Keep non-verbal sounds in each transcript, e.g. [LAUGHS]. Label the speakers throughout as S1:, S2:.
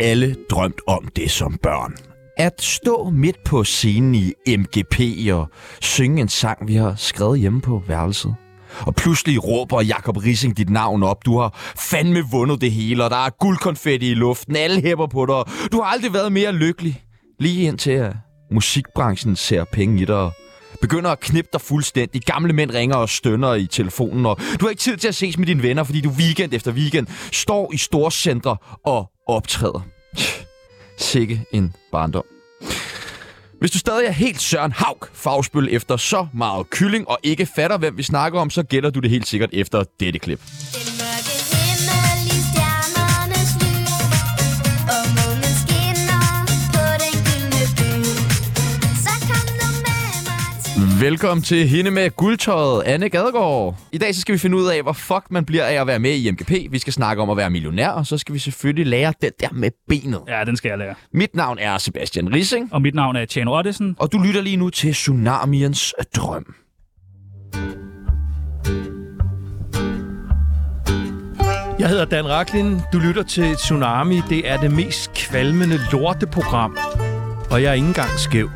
S1: alle drømt om det som børn. At stå midt på scenen i MGP og synge en sang, vi har skrevet hjemme på værelset. Og pludselig råber Jakob Rising dit navn op. Du har fandme vundet det hele, og der er guldkonfetti i luften. Alle hæpper på dig, og du har aldrig været mere lykkelig. Lige indtil at musikbranchen ser penge i dig og begynder at knippe dig fuldstændig. Gamle mænd ringer og stønner i telefonen, og du har ikke tid til at ses med dine venner, fordi du weekend efter weekend står i storcentre og optræder. Sikke en barndom. Hvis du stadig er helt Søren Haug fagspøl efter så meget kylling og ikke fatter, hvem vi snakker om, så gætter du det helt sikkert efter dette klip.
S2: Den mørke himmel i stjernernes lys, og månen skinner på den gyldne by. Så kom nu med mig til
S1: Velkommen til Hende med guldtøjet, Anne Gadegaard. I dag så skal vi finde ud af, hvor fuck man bliver af at være med i MGP. Vi skal snakke om at være millionær, og så skal vi selvfølgelig lære den der med benet.
S3: Ja, den skal jeg lære.
S1: Mit navn er Sebastian Rissing,
S3: Og mit navn er Tjano Ottesen.
S1: og du lytter lige nu til Tsunamiens drøm.
S4: Jeg hedder Dan Raklin. Du lytter til Tsunami. Det er det mest kvalmende lorteprogram. Og jeg er ikke engang skæv.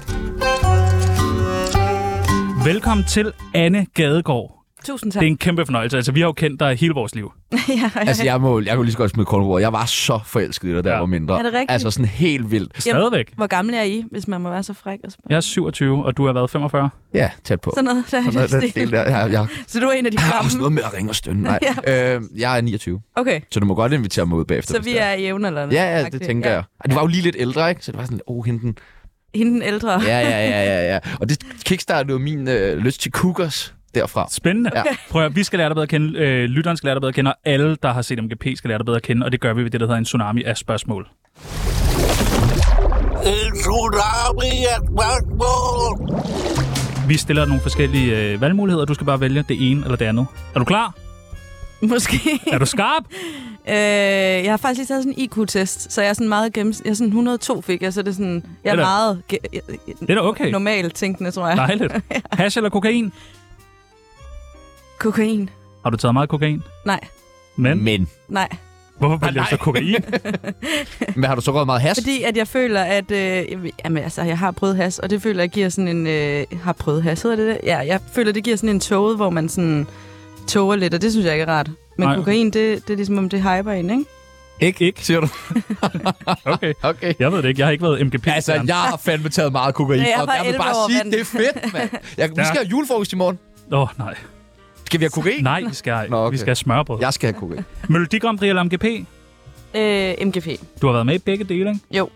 S3: Velkommen til Anne Gadegaard.
S5: Tusind tak.
S3: Det er en kæmpe fornøjelse. Altså, vi har jo kendt dig hele vores liv.
S5: [LAUGHS] ja,
S1: [LAUGHS] Altså, jeg, må, jeg kunne lige så godt smide kornbordet. Jeg var så forelsket i dig, da
S3: Ja.
S1: jeg var mindre.
S5: Er det rigtigt?
S1: Altså sådan helt vildt.
S3: Stadigvæk.
S5: Hvor gammel er I, hvis man må være så fræk og spørge?
S3: Jeg er 27, og du har været 45.
S1: Ja, tæt på.
S5: Sådan noget. Der
S1: Sådan noget,
S5: er
S1: den del
S5: det
S1: der. Jeg, jeg,
S5: [LAUGHS] så du er
S1: [LAUGHS]
S5: en af de
S1: jeg har også
S5: gamle?
S1: noget med at ringe og stønne.
S5: [LAUGHS]
S1: Nej. øh, jeg er 29,
S5: Okay,
S1: så du må godt invitere mig ud bagefter.
S5: så
S1: hvis
S5: vi
S1: det
S5: er i jævnaldrende.
S1: Ja, ja, det
S5: Agtigt.
S1: tænker jeg. Og du var jo lige lidt ældre, ikke? Så det var sådan, oh, hende den.
S5: Hende den ældre.
S1: Ja, ja, ja, ja, ja. Og det kickstartede jo min øh, lyst til cookers derfra.
S3: Spændende.
S1: Ja.
S3: Ja. Prøv at, høre, vi skal lære dig bedre at kende, øh, lytteren skal lære dig bedre at kende, og alle, der har set MGP, skal lære dig bedre at kende, og det gør vi ved det, der hedder en tsunami af spørgsmål.
S6: En tsunami af spørgsmål.
S3: Vi stiller dig nogle forskellige øh, valgmuligheder, du skal bare vælge det ene eller det andet. Er du klar?
S5: [LAUGHS] Måske.
S3: Er du skarp?
S5: øh, jeg har faktisk lige taget sådan en IQ-test, så jeg er sådan meget gennems... Jeg er sådan 102 fik jeg, så det er sådan... Jeg er
S3: Eller-
S5: meget ge- jeg- jeg-
S3: Det er da okay.
S5: normalt tænkende, tror jeg. [LAUGHS]
S3: Dejligt. Hash eller kokain?
S5: Kokain.
S3: Har du taget meget kokain?
S5: Nej,
S3: Men,
S1: Men Ah,
S5: nej.
S3: hvorfor vælger du så
S1: [LAUGHS]
S3: kokain?
S1: hvad har du så røget meget has?
S5: Fordi at jeg føler, at... Øh, jamen, jamen altså, jeg har prøvet has, og det føler jeg giver sådan en... Øh, har prøvet has, hedder det det? Ja, jeg føler, det giver sådan en tåget, hvor man sådan tåger lidt, og det synes jeg ikke er rart. Men
S3: Nej.
S5: Nej. kokain, det, det er ligesom, om det hyper en, ikke?
S1: Ikke, ikke, siger du.
S3: Okay.
S1: Okay.
S3: Jeg ved det ikke. Jeg har ikke været mgp
S1: Altså, jeg har fandme taget meget kokain,
S5: Ja, jeg
S1: og
S5: var
S1: jeg vil
S5: 11
S1: bare
S5: år,
S1: sige,
S5: mand.
S1: det er fedt, mand. Jeg, vi
S3: Ja.
S1: skal have julefrokost i morgen.
S3: Åh, oh, nej.
S1: Skal vi have kokain?
S3: Nej, vi skal ej.
S1: Nå, okay.
S3: Vi skal have smørbrød. Ja.
S1: Jeg skal have kokain.
S3: Melodi Grand Prix eller MGP?
S5: Øh, MGP.
S3: Du har været med i begge dele, ikke?
S5: Jo.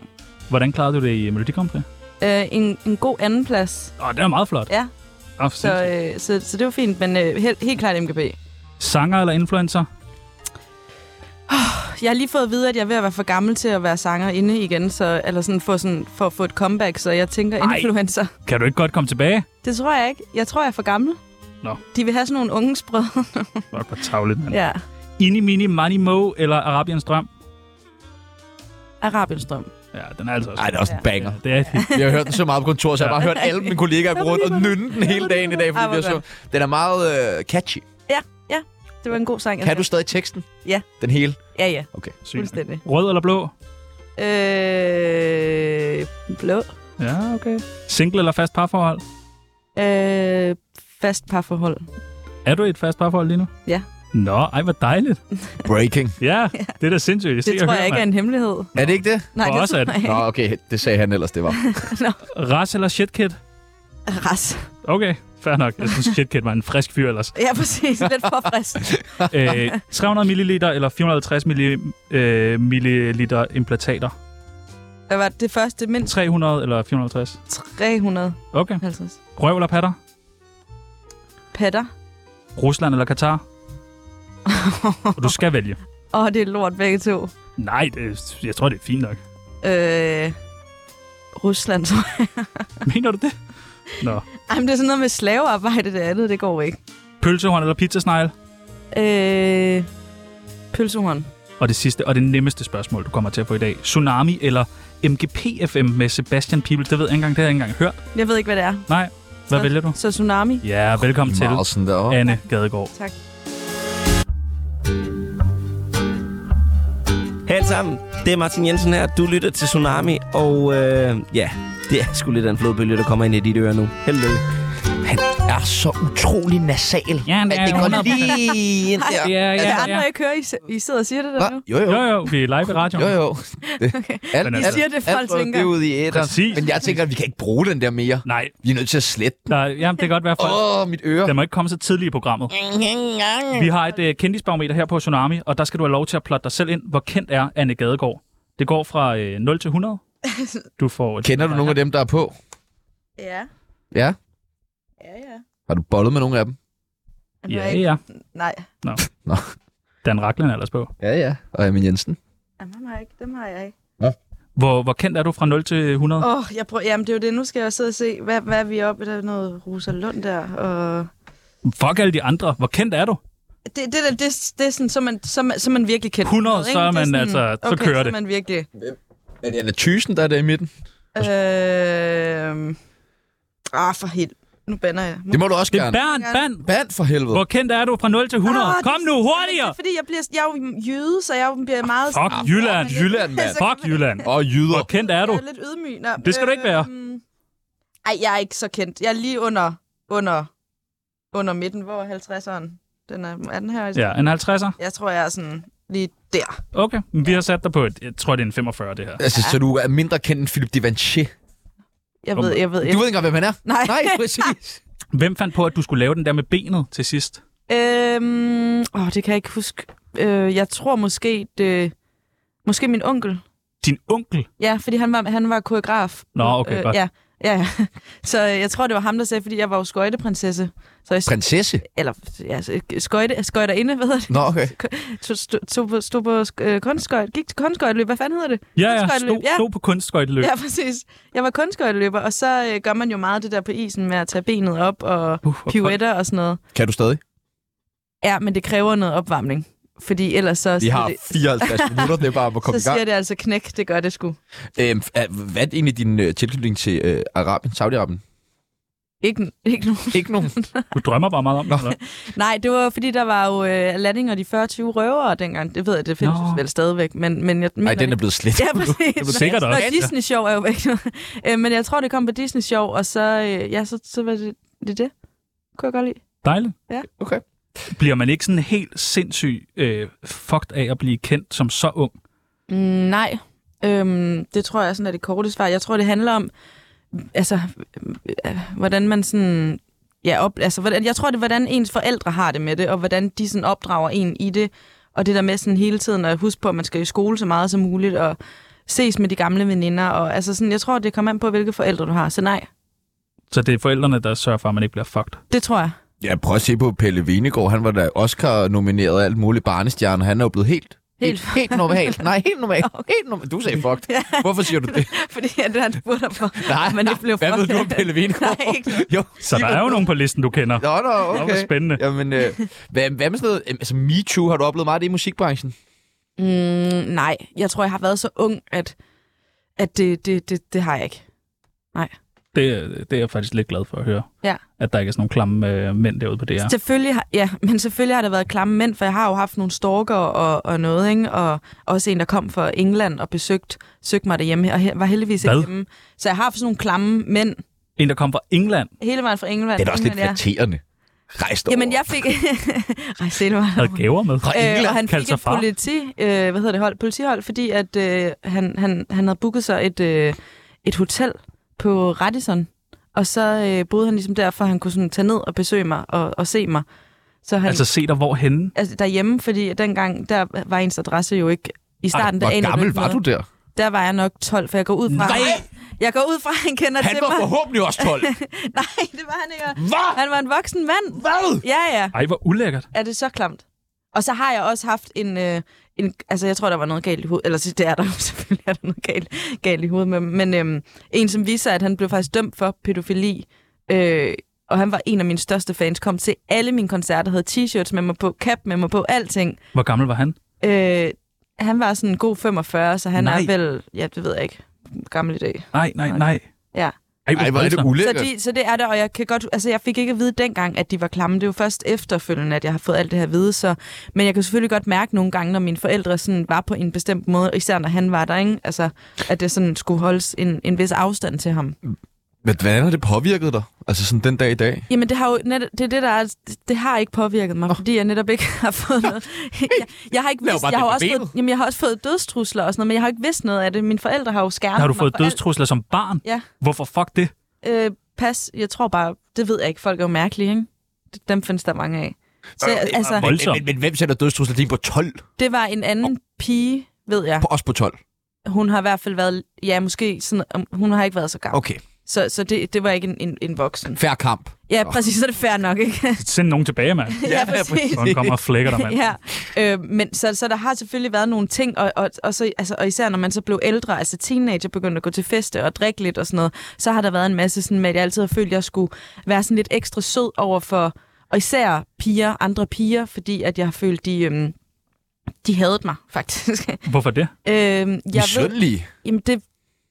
S3: Hvordan klarede du det i Melodi Grand Prix?
S5: Øh, en, en god andenplads,
S3: Åh, oh, det er meget flot.
S5: Ja.
S3: Oh,
S5: så, øh, så, så det var fint, men øh, helt, helt klart MGP.
S3: Sanger eller influencer?
S5: Jeg har lige fået at vide, at jeg er ved at være for gammel til at være sanger inde igen, så, eller sådan få sådan, for at få et comeback, så jeg tænker
S3: Ej.
S5: Ej. influencer.
S3: Kan du ikke godt komme tilbage?
S5: Det tror jeg ikke. Jeg tror, jeg er for gammel.
S3: Nå.
S5: De vil have sådan nogle
S3: [LAUGHS]
S5: unge sprøde.
S3: Fuck, hvor tavligt, mand. Ja.
S5: ja.
S3: Inni Mini Money Mo eller Arabiens Drøm?
S5: Arabiens drøm.
S3: Ja, den er altså også.
S1: Nej, det er også en banger.
S3: Det er
S1: Vi har hørt den så meget på kontoret, så jeg har bare hørt alle mine kollegaer gå rundt og nynne den hele dagen i dag,
S5: Ej,
S1: fordi
S5: hvor
S1: vi har så... Den er meget øh, catchy.
S5: Det var en god sang. jeg
S1: Kan du
S5: skrev.
S1: stadig teksten?
S5: Ja.
S1: Den hele?
S5: Ja, ja.
S3: sygt.
S5: Fuldstændig.
S3: Rød eller blå?
S5: Øh, blå.
S3: Ja, okay. Single eller fast parforhold?
S5: Øh, fast parforhold.
S3: Er du i et fast parforhold lige nu?
S5: Ja.
S3: Nå, ej, hvor dejligt.
S1: Breaking.
S5: [LAUGHS]
S3: Ja, det er da sindssygt. Jeg
S5: Det tror jeg ikke er en hemmelighed.
S1: Er det ikke det?
S5: Nej,
S3: For
S5: det
S3: os
S5: tror
S3: er det.
S5: jeg
S1: Nå,
S5: ikke.
S1: okay. Det sagde han ellers, det var.
S3: Ras eller shitkid?
S5: Ras.
S3: Okay, fair nok. Jeg synes, shitkid var en frisk fyr
S5: [LAUGHS]
S3: ellers.
S5: Ja, præcis. Lidt for
S3: [LAUGHS]
S5: frisk.
S3: Æ, 300 milliliter eller 450 milli, øh, milliliter implantater?
S5: Hvad var det, det første? Mindst
S3: 300 eller 450?
S5: 350.
S3: Okay. Røv eller patter?
S5: Patter.
S3: Rusland eller Katar? Og du skal
S5: [LAUGHS]
S3: vælge.
S5: Åh, det er lort begge to.
S3: Nej, det, jeg tror, det er fint nok.
S5: Øh, Rusland, tror jeg.
S3: Mener du det? Nå.
S5: Ej, men det er sådan noget med slavearbejde, det andet, det går ikke.
S3: Pølsehorn eller pizzasnegle?
S5: Øh, pølsehorn.
S3: Og det sidste og det nemmeste spørgsmål, du kommer til at få i dag. Tsunami eller MGP-FM med Sebastian Pibel? Det ved jeg ikke engang, det har jeg ikke engang hørt.
S5: Jeg ved ikke, hvad det er.
S3: Nej, hvad
S5: Så-
S3: vælger du?
S5: Så tsunami.
S3: Ja, velkommen til,
S1: Meget sådan derovre.
S3: Anne Gadegaard.
S5: Tak.
S1: Held
S7: sammen. Det er Martin Jensen her. Du lytter til Tsunami, og øh, ja, det er sgu lidt af en flodbølge, der kommer ind i dit øre nu. Held og lykke.
S1: Han er så utrolig nasal.
S3: Ja, det er
S1: at det går
S3: 100%.
S1: lige ind der.
S3: Ja,
S5: Er
S3: ja,
S5: der
S3: ja.
S5: Altså, andre, ikke hører, I, s- I sidder og siger det der nu?
S1: Jo, jo.
S3: Jo, jo, vi er live i radioen.
S1: Jo, jo. Det- Alt, alt,
S3: Men altså-
S5: I siger det, folk
S1: alt røg
S5: tænker.
S1: det ud i æderen.
S3: Præcis.
S1: Men jeg tænker, at vi kan ikke bruge den der mere.
S3: Nej,
S1: Vi er nødt til at slette den.
S3: der, jamen, det kan godt være, folk
S1: Åh, oh, mit øre.
S3: Den må ikke komme så tidligt i programmet. Vi har et uh, kendisbarometer her på Tsunami, og der skal du have lov til at plotte dig selv ind. Hvor kendt er Anne Gadegaard? Det går fra uh, 0 til 100. Du får... et-
S1: Kender du nogle af dem, der er på?
S5: Ja.
S1: Ja?
S5: Ja, ja.
S1: Har du bollet med nogle af dem?
S5: Er du
S3: Ja,
S5: ikke-
S3: ja.
S5: Nej,
S3: Dan Racklin er ellers på.
S1: Ja, ja. Og Amin Jensen.
S5: Jamen, dem har jeg ikke. Dem har jeg ikke.
S3: Hvor, hvor kendt er du fra 0 til 100?
S5: Åh, oh, jeg prøver, jamen det er jo det. Nu skal jeg også sidde og se, hvad, hvad er vi oppe i? Der er noget Rosa Lund der, og...
S3: Fuck alle de andre. Hvor kendt er du?
S5: Det, det, det, det, det er sådan, så er man, så, er man, så er man virkelig kendt.
S3: 100, så er
S5: Det
S3: man altså- så
S5: okay,
S3: kører
S5: så
S3: det.
S5: er man virkelig...
S1: Er det Anna Thysen, der er der i midten?
S5: Øh... Ah, for helt. Nu banner jeg.
S1: Det må du også
S3: Det er
S1: gerne.
S3: Bernd, Bernd.
S1: Band for helvede.
S3: Hvor kendt er du fra 0 til 100?
S5: Ah, det-
S3: Kom nu,
S5: Det
S3: hurtigere!
S5: er fordi, jeg, bliver, jeg er jo jøde, så jeg bliver meget...
S3: Ah, Fuck Jylland.
S1: Jylland,
S5: [LAUGHS] Altså,
S1: mand.
S3: Fuck Jylland.
S1: Og jyder.
S3: Hvor kendt er du?
S5: Jeg er lidt ydmyg. Nå,
S3: Det skal du ikke være.
S5: øhm, Ej, jeg er ikke så kendt. Jeg er lige under, under, under midten. Hvor er 50'eren? Den er, er den her?
S3: Ja, en 50'er.
S5: Jeg tror, jeg er sådan lige der.
S3: Okay, men vi har sat dig på et... Jeg tror, det er en 45, det her.
S1: Altså, så du er mindre kendt end Philip Devanché.
S5: Jeg ved, jeg ved
S1: Du
S5: ikke.
S1: ved ikke engang, hvem han er.
S5: Nej.
S1: Nej,
S5: [LAUGHS]
S1: præcis.
S3: Hvem fandt på, at du skulle lave den der med benet til sidst?
S5: Øhm, åh, det kan jeg ikke huske. Øh, jeg tror måske, det, måske min onkel.
S3: Din onkel?
S5: Ja, fordi han var, han var koreograf. Øh,
S3: Nå, okay, godt.
S5: ja, ja. [LAUGHS] Så øh, jeg tror, det var ham, der sagde, fordi jeg var jo skøjteprinsesse. Så jeg,
S1: Prinsesse?
S5: eller ja, så, øh, skøjte, skøjterinde, hvad hedder det?
S1: Nå, okay.
S5: Stod, stod, stod på, stod på øh, kunstskøjt, gik til kunstskøjteløb, hvad fanden hedder det?
S3: Ja, ja,
S5: Kunstskøjteløb,
S3: stod, stod på kunstskøjteløb.
S1: Øh.
S5: Ja, [LAUGHS] præcis. Jeg var kunstskøjteløber, og så øh, gør man jo meget det der på isen med at tage benet op og
S3: Uh, hvor
S5: piruetter og sådan noget.
S1: Kan du stadig?
S5: Ja, men det kræver noget opvarmning, fordi ellers så...
S1: Vi har
S5: så det- [LAUGHS]
S1: 54 minutter, det er bare om at komme i
S5: så
S1: gang.
S5: siger det altså knæk, det gør det sgu.
S1: Øhm, f- er- hvad er egentlig din øh, tilknytning til øh, Arabien, Saudi-Arabien?
S5: Ikke, ikke
S1: [LAUGHS]
S5: nogen.
S1: Ikke nogen.
S3: Du drømmer bare meget om det, eller?
S5: Nej, det var fordi, der var jo øh, Aladdin og de 40 røvere dengang. Det ved jeg, det findes
S3: Nå.
S5: Nå. vel stadigvæk, men, men jeg mener
S1: Nej, den er blevet slet.
S5: [LAUGHS] Ja, præcis.
S3: blev sikkert
S5: Nå,
S3: også.
S5: Disney Show er jo væk nu. [LAUGHS] Øh, men jeg tror, det kom på Disney Show, og så, øh, ja, så, så var det, det er det. Kunne jeg godt lide.
S3: Dejligt.
S5: Ja.
S1: Okay.
S3: Bliver man ikke sådan helt sindssyg øh, fucked af at blive kendt som så ung?
S5: Mm, nej, øhm, det tror jeg sådan er det korte svar. Jeg tror, det handler om, altså, øh, hvordan man sådan... Ja, op, altså, hvordan, jeg tror, det er, hvordan ens forældre har det med det, og hvordan de sådan opdrager en i det. Og det der med sådan hele tiden at huske på, at man skal i skole så meget som muligt, og ses med de gamle veninder. Og, altså sådan, jeg tror, det kommer an på, hvilke forældre du har. Så nej,
S3: Så det er forældrene, der sørger for, at man ikke bliver fucked.
S5: det tror jeg.
S1: Ja, prøv at se på Pelle Venegård. Han var da Oscar-nomineret og alt muligt barnestjerne. Han er jo blevet helt...
S5: Helt-
S1: helt normalt. Nej, helt
S5: [LAUGHS]
S1: normalt. Okay. Helt normalt. Du sagde fucked.
S5: Ja.
S1: Hvorfor siger du det?
S5: [LAUGHS] Fordi ja, det har du spurgt dig for.
S1: Nej,
S5: men det blev
S1: Hvad
S5: for...
S1: ved du om Pelle Venegård?
S5: [LAUGHS] Nej, ikke noget.
S1: jo,
S3: Så der er jo nogen på listen, du kender.
S1: Nå, nå,
S3: Nå,
S1: okay.
S3: hvor spændende.
S1: Jamen, øh, hvad, hvad med sådan noget? øhm, Altså, Me Too, har du oplevet meget af det i musikbranchen?
S5: Mm, nej, jeg tror, jeg har været så ung, at, at det, det, det, det har jeg ikke.
S3: Det, det er jeg faktisk lidt glad for at høre.
S5: Ja.
S3: At der ikke er sådan nogle klamme øh, mænd derude på det her.
S5: Ja. Selvfølgelig har, ja, men selvfølgelig har der været klamme mænd, for jeg har jo haft nogle storker og, og noget, ikke? og også en, der kom fra England og besøgte søgte mig derhjemme, og he, var heldigvis ikke
S3: Hvad?
S5: hjemme. Så jeg har haft sådan nogle klamme mænd
S3: En, der kom fra England,
S5: hele vejen fra England.
S1: Det er da også lidt
S5: England,
S1: flatterende. Rejs dig
S5: ja. Jamen,
S1: over.
S5: jeg fik... [LAUGHS] Rejs hele vejen
S3: havde gaver med.
S1: Fra
S5: Øh,
S1: England.
S5: og han
S3: kaldte
S5: fik
S3: sig
S5: et
S3: far.
S5: politi, øh, hvad hedder det hold, politihold, fordi at øh, han, han, han havde booket sig et, øh, et hotel på Radisson. Og så øh, boede han ligesom der, for at han kunne sådan tage ned og besøge mig og, og se mig. Så han,
S3: Altså,
S5: altså,
S3: se dig hvorhenne.
S5: altså derhjemme, fordi dengang, der var ens adresse jo ikke i starten. der
S1: Hvor
S5: anede
S1: gammel
S5: ikke
S1: var du
S5: noget.
S1: der?
S5: Der var jeg nok 12, for jeg går ud fra...
S1: Nej!
S5: Jeg går ud fra, at han kender
S1: Han
S5: til
S1: var
S5: mig.
S1: forhåbentlig også 12.
S5: [LAUGHS] Nej, det var han ikke.
S1: Hvad?
S5: Han var en voksen mand.
S1: Hvad?
S5: Ja, ja.
S3: Ej, hvor ulækkert.
S5: er det så klamt. Og så har jeg også haft en... Øh, en altså, jeg tror, der var noget galt i hovedet. Eller det er der jo [LAUGHS] selvfølgelig, er der noget galt, galt i hovedet. Men, men øhm, en, som viser, at han blev faktisk dømt for pædofili. Øh, og han var en af mine største fans. Kom til alle mine koncerter, havde t-shirts med mig på, cap med mig på, alting.
S3: Hvor gammel var han?
S5: Øh, han var sådan en god 45, så han
S3: Nej.
S5: er vel... Ja, det ved jeg ikke. Gammel i dag.
S3: Nej, nej,
S5: Nej.
S3: nej.
S5: Ja.
S8: Ej, hvor er det
S3: voldsomt.
S5: Så,
S8: ulækkert.
S5: de, så det er det, og jeg kan godt... Altså, jeg fik ikke at vide dengang, at de var klamme. Det er jo først efterfølgende, at jeg har fået alt det her at vide, så... Men jeg kan selvfølgelig godt mærke nogle gange, når mine forældre sådan var på en bestemt måde, især når han var der, ikke? Altså, at det sådan skulle holdes en, en vis afstand til ham.
S8: Men hvordan har det påvirket dig? Altså sådan den dag i dag?
S5: Jamen, det har jo net, det, er det, der er, det har ikke påvirket mig, oh. fordi jeg netop ikke [LAUGHS] har fået noget. Jeg, jeg har ikke
S8: Lav
S5: vidst,
S8: bare
S5: jeg har
S8: det
S5: jo
S8: på
S5: også fået,
S8: benet.
S5: jamen, jeg har også fået dødstrusler og sådan noget, men jeg har ikke vidst noget af det. Mine forældre har jo skærmet
S3: Har du
S5: mig
S3: fået
S5: for alt.
S3: dødstrusler som barn?
S5: Ja.
S3: Hvorfor fuck det?
S5: Øh, pas, jeg tror bare, det ved jeg ikke, folk er jo mærkelige, ikke? Dem findes der mange af. Så altså,
S3: Voldsomt.
S1: Øh, Men, men, hvem sætter dødstrusler din på 12?
S5: Det var en anden pige, ved jeg.
S1: På, også på 12?
S5: Hun har i hvert fald været, ja, måske sådan, om- hun har ikke været så gammel.
S1: Okay.
S5: Så, så det, det var ikke en, en, en voksen.
S1: Færre kamp.
S5: Ja, præcis, så er det fair nok, ikke?
S3: Send nogen tilbage, [LAUGHS] mand.
S5: ja, præcis.
S3: Så han kommer og flækker dig, mand.
S5: Ja, øh, men så, så der har selvfølgelig været nogle ting, og, og, og, så, altså, og især når man så blev ældre, altså teenager, begyndte at gå til feste og drikke lidt og sådan noget, så har der været en masse sådan med, at jeg altid har følt, at jeg skulle være sådan lidt ekstra sød over for, og især piger, andre piger, fordi at jeg har følt, de, øhm, de havde mig, faktisk. [LAUGHS]
S3: Hvorfor det?
S5: øhm, jeg ved,
S8: Misundelige.
S5: Jamen det,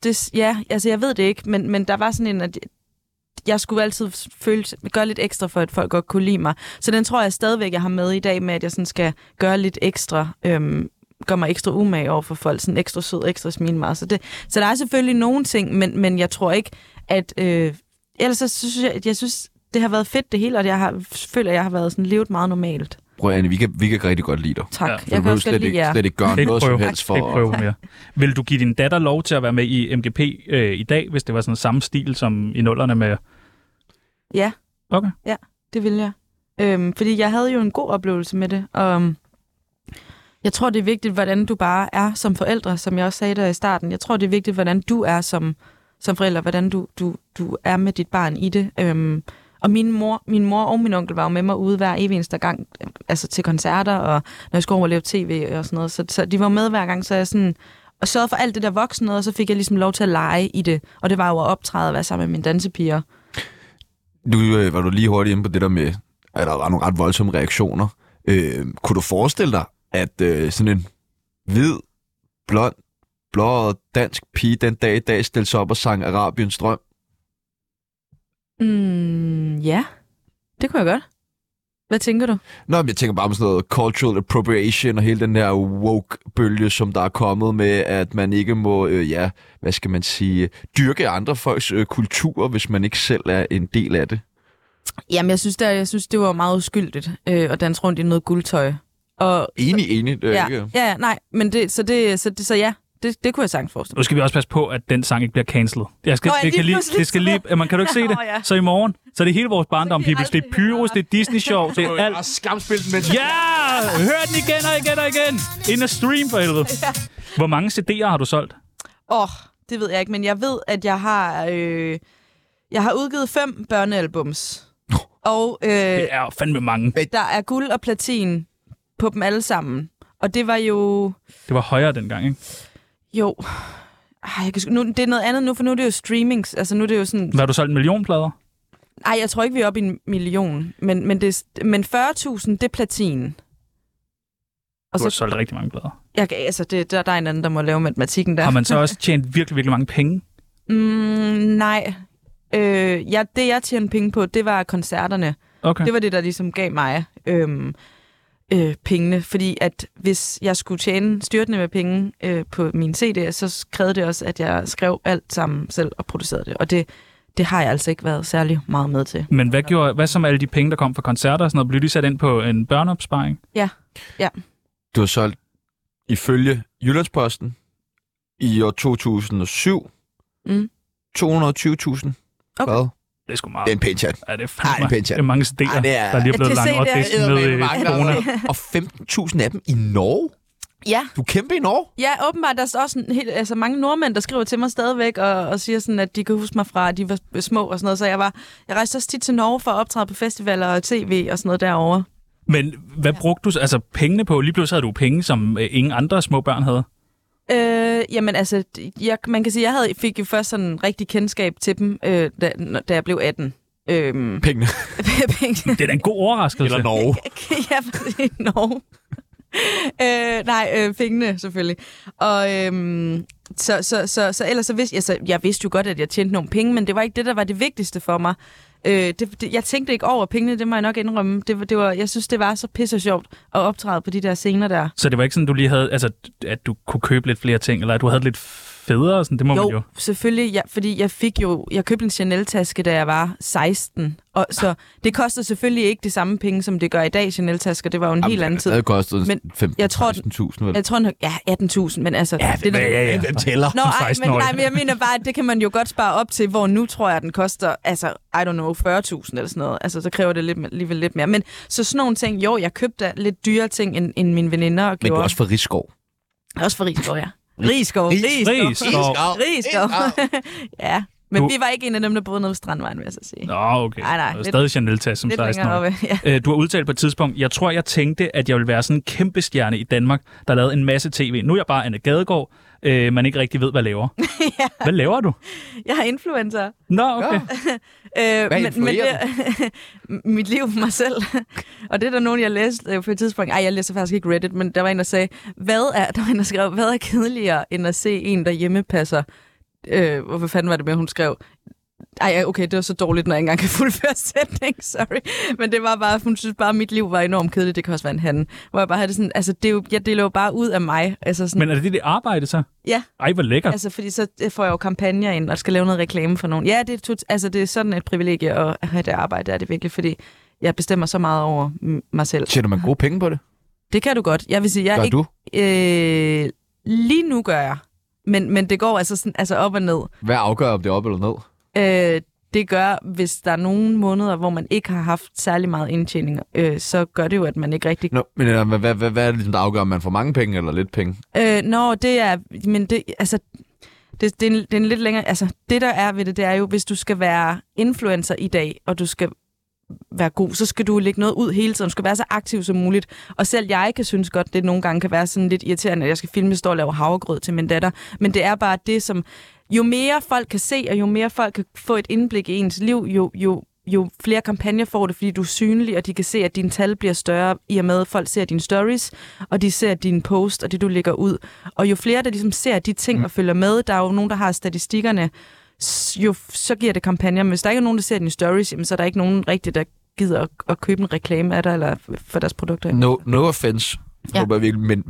S5: det, ja, altså jeg ved det ikke, men, men der var sådan en, at jeg skulle altid føle, gøre lidt ekstra for, at folk godt kunne lide mig. Så den tror jeg stadigvæk, jeg har med i dag med, at jeg sådan skal gøre lidt ekstra, øhm, gør mig ekstra umage over for folk, sådan ekstra sød, ekstra smil meget. Så, det, så der er selvfølgelig nogle ting, men, men jeg tror ikke, at... Øh, ellers så synes jeg, jeg synes, det har været fedt det hele, og jeg har, føler, at jeg har været sådan levet meget normalt.
S1: Prøv Anne, vi kan, vi kan rigtig godt lide dig.
S5: Tak.
S3: Ja,
S5: Ja,
S3: for
S5: jeg kan
S1: behøver
S5: også godt
S1: slet,
S5: lide
S1: ikke,
S5: jer.
S1: slet ikke gøre
S3: Ikke
S1: noget som
S3: prøve.
S1: helst for
S3: Ikke prøve mere. Vil du give din datter lov til at være med i MGP øh, i dag, hvis det var sådan samme stil som i nullerne med...
S5: Ja.
S3: Okay.
S5: det vil jeg. Øhm, fordi jeg havde jo en god oplevelse med det, og øhm, jeg tror, det er vigtigt, hvordan du bare er som forældre, som jeg også sagde der i starten. Jeg tror, det er vigtigt, hvordan du er som, som forælder, hvordan du, du, du er med dit barn i det. Øhm, og min mor, min mor og min onkel var jo med mig ude hver evig eneste gang, øh, altså til koncerter, og når jeg skulle overleve tv og sådan noget. Så, så de var med hver gang, så jeg sådan, og sørgede for alt det der voksne, noget, og så fik jeg ligesom lov til at lege i det. Og det var jo at optræde og være sammen med mine dansepiger.
S1: Nu øh, var du lige hurtigt inde på det der med, at der var nogle ret voldsomme reaktioner. Øh, kunne du forestille dig, at øh, sådan en hvid, blond, blåret dansk pige den dag i dag stillede sig op og sang Arabiens drøm?
S5: Mm, ja, det kunne jeg godt. Hvad tænker du?
S1: Nå, men jeg tænker bare om sådan noget cultural appropriation og hele den her woke-bølge, som der er kommet med, at man ikke må, øh, ja, hvad skal man sige, dyrke andre folks øh, kulturer, hvis man ikke selv er en del af det.
S5: Jamen, jeg synes, det, jeg synes, det var meget uskyldigt øh, at danse rundt i noget guldtøj. Og,
S1: Enig, enig. Det er
S5: ja,
S1: ikke...
S5: ja, ja, nej, men det, så, det, så, det, så ja, det, det kunne jeg sagtens forestille mig.
S3: Nu skal vi også passe på, at den sang ikke bliver cancelled. Jeg skal,
S5: Nå, ja,
S3: det
S5: lige
S3: kan lige,
S5: pludselig.
S3: det skal lige, ja, man kan du ikke se det?
S5: Nå, ja.
S3: Så i morgen, så er det hele vores barndom,
S5: kan I
S3: Pibels. Det er
S5: aldrig høre
S3: Pyros, det er Disney-show,
S5: [LAUGHS]
S3: det er alt.
S8: Skamspil med
S3: Ja! Hør den igen og igen og igen! Ind og stream for
S5: [LAUGHS]
S3: helvede. Hvor mange CD'er har du solgt?
S5: Åh, oh, det ved jeg ikke, men jeg ved, at jeg har, øh, jeg har udgivet fem
S1: [LAUGHS]
S5: børnealbums. Og øh,
S3: Det er fandme mange.
S5: der er guld og platin på dem alle sammen. Og det var jo...
S3: Det var højere dengang, ikke?
S5: Jo... Ej, jeg kan, sgu- nu, det er noget andet nu, for nu er det jo streamings. Altså, nu er det jo sådan
S3: Hvad har du solgt en million plader?
S5: Nej, jeg tror ikke, vi er oppe i en million. Men, men, det, men 40.000, det er platin. Og
S3: Du har
S5: så,
S3: solgt rigtig mange plader.
S5: jeg, kan- altså, det, der, der er en anden, der må lave matematikken der.
S3: Har man så også tjent virkelig, virkelig mange penge?
S5: Mm, nej. Øh, ja, det, jeg tjente penge på, det var koncerterne.
S3: Okay.
S5: Det var det, der ligesom gav mig øhm, øh, pengene. Fordi at hvis jeg skulle tjene styrtende med penge øh, på min CD, så krævede det også, at jeg skrev alt sammen selv og producerede det. Og det, det har jeg altså ikke været særlig meget med til.
S3: Men hvad, gjorde, hvad så med alle de penge, der kom fra koncerter og sådan noget? Blev de sat ind på en børneopsparing?
S1: Du har solgt, ifølge Jyllandsposten, i år 2007,
S5: Mm.
S1: 220.000.
S5: Okay.
S1: Hvad?
S3: Det er sgu
S1: Det
S3: meget.
S1: er en pæn chat.
S3: Ja, det er
S1: Ej, det
S3: fandme.
S1: er pænt,
S3: det er mange CD'er,
S1: Ej, det er-
S3: der lige er blevet
S5: Det er
S3: langt
S5: CD,
S3: opdækket
S5: det er
S3: med
S5: eddermame
S3: øh,
S5: mange,
S3: corona.
S5: [LAUGHS]
S1: Og 15.000 af dem i Norge?
S5: Ja.
S1: Du er kæmpe i Norge?
S5: Ja, åbenbart. Der er også en hel, altså, mange nordmænd, der skriver til mig stadigvæk og, og siger, sådan, at de kan huske mig fra, at de var små og sådan noget. Så jeg, var, jeg rejste også tit til Norge for at optræde på festivaler og tv og sådan noget derovre.
S3: Men hvad brugte du altså pengene på? Lige pludselig havde du penge, som øh, ingen andre små børn havde.
S5: Øh, jamen altså, jeg, man kan sige, jeg havde, fik jo først sådan rigtig kendskab til dem, øh, da, når- da jeg blev 18. Øhm, [LAUGHS]
S1: [LAUGHS] Pengene.
S5: penge.
S3: Det er da en god overraskelse.
S1: Norge.
S5: ja, fordi- Norge. [LAUGHS] øh, nej, øh, pengene selvfølgelig. Og øhm, så, så, så, så ellers så vidste jeg, så, jeg vidste jo godt, at jeg tjente nogle penge, men det var ikke det, der var det vigtigste for mig. Øh, det, det, jeg tænkte ikke over pengene, det må jeg nok indrømme. Det, var- det var, jeg synes, det var så pisse sjovt at optræde på de der scener der.
S3: Så det var ikke sådan, du lige havde, altså, at du kunne købe lidt flere ting, eller at du havde det lidt federe, sådan, det må man jo.
S5: Jo, selvfølgelig, ja, fordi jeg fik jo, jeg købte en Chanel-taske, da jeg var 16, og så det koster selvfølgelig ikke de samme penge, som det gør i dag, Chanel-tasker, det var jo en Jamen, [LAUGHS] helt anden
S8: Det
S5: tid.
S8: havde kostet
S5: Men
S8: 15
S5: jeg tror,
S8: 16.000, vel?
S5: Jeg tror nok, ja, 18.000, men altså... Ja, det, der-
S3: ja.
S7: Hvem tæller?
S5: Nå, ej, men,
S3: 16-årig.
S5: nej, men jeg mener bare, at det kan man jo godt spare op til, hvor nu tror jeg, at den koster, altså, I don't know, 40.000 eller sådan noget. Altså, så kræver det lidt, alligevel lidt mere. Men så sådan nogle ting, jo, jeg købte da lidt dyre ting, end, end mine veninder gjorde.
S1: Men du er også fra Rigskov.
S5: også for Rigskov, ja. Rigskov, Rigskov,
S3: Ris og...
S5: Rigskov. [LAUGHS] ja, men
S3: Du-
S5: vi var ikke en af dem, der boede nede ved Strandvejen, vil jeg så sige.
S3: Nå, okay.
S5: Nej, nej,
S3: Det var
S5: lidt-
S3: Stadig Chanel-tas som
S5: lidt længere
S3: 16 år.
S5: oppe, [LAUGHS] ja.
S3: Du har udtalt på et tidspunkt, jeg tror, jeg tænkte, at jeg ville være sådan en kæmpe stjerne i Danmark, der lavede en masse tv. Nu er jeg bare Anne Gadegaard, øh, man ikke rigtig ved, hvad jeg
S5: [LAUGHS]
S3: laver. Hvad laver du?
S5: Jeg er influencer.
S3: Nå, okay.
S5: Øh, men, men
S1: influerer
S5: det, [LAUGHS] mit liv for mig selv. og det er der nogen, jeg læste øh, på et tidspunkt. Ej, jeg læser faktisk ikke Reddit, men der var en, der sagde, hvad er, [LAUGHS] der var en, der skrev, hvad er kedeligere, end at se en, der hjemmepasser? Øh, hvorfor fanden var det med, hun skrev? Ej, ja, okay, det var så dårligt, når jeg ikke engang kan [LAUGHS] fuldføre sætning, sorry. Men det var bare, hun synes bare, at mit liv var enormt kedeligt. Det kan også være en handen. Hvor jeg bare havde det sådan, altså, det er jo, jeg deler jo bare ud af mig. Altså sådan,
S3: Men er det det arbejde så?
S5: ja.
S3: Ej, hvor lækkert.
S5: [LAUGHS] Altså, fordi så får jeg jo kampagner ind, og skal lave noget reklame for nogen. Ja, det er, tot- altså, det er sådan et privilegie at have det arbejde, det er det virkelig, fordi jeg bestemmer så meget over m- mig selv.
S8: Tjener man gode penge på det?
S5: Det kan du godt. Jeg vil sige, jeg er
S8: Gør
S5: ikke...
S8: du?
S5: Øh, lige nu gør jeg, men, men det går altså, sådan, altså op og ned.
S8: Hvad afgør, om det er op eller ned?
S5: Øh, det gør, hvis der er nogle måneder, hvor man ikke har haft særlig meget indtjening, øh, så gør det jo, at man ikke rigtig...
S8: Nå, men øh, hvad, hvad, hvad, hvad er det, ligesom, der afgør, om man får mange penge eller lidt penge?
S5: Øh, nå, det er... Men det, altså, det, det, er en, det er en lidt længere... Altså, det der er ved det, det er jo, hvis du skal være influencer i dag, og du skal være god, så skal du lægge noget ud hele tiden. Du skal være så aktiv som muligt. Og selv jeg kan synes godt, det nogle gange kan være sådan lidt irriterende, at jeg skal filme, at jeg står og laver havregrød til min datter. Men det er bare det, som... Jo mere folk kan se, og jo mere folk kan få et indblik i ens liv, jo, jo, jo flere kampagner får det, fordi du er synlig, og de kan se, at dine tal bliver større, i og med, at folk ser dine stories, og de ser dine post og det, du lægger ud. Og jo flere, der ligesom ser de ting og følger med, der er jo nogen, der har statistikkerne, s- jo, f- så giver det kampagner. Men hvis der ikke er nogen, der ser dine stories, jamen, så er der ikke nogen rigtigt, der gider at, at købe en reklame af dig, eller f- for deres produkter.
S1: No, no offense,
S5: Ja.
S1: ja. håber jeg virkelig, men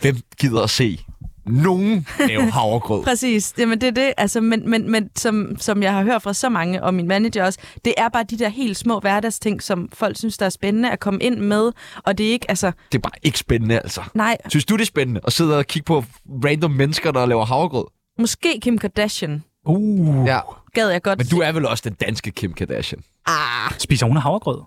S1: hvem gider at se nogen
S5: [LAUGHS]
S1: lave havregrød?
S5: Præcis, jamen det er det, altså, men, men, men som, som jeg har hørt fra så mange, og min manager også, det er bare de der helt små hverdagsting, som folk synes, der er spændende at komme ind med, og det er ikke, altså,
S1: det er bare ikke spændende, altså.
S5: nej,
S1: Synes du, det er spændende at sidde og kigge på random mennesker, der laver havregrød?
S5: måske Kim Kardashian
S3: Uh,
S1: Ja.
S5: gad jeg godt
S1: Men du er vel også den danske Kim Kardashian?
S3: spiser hun havregrød?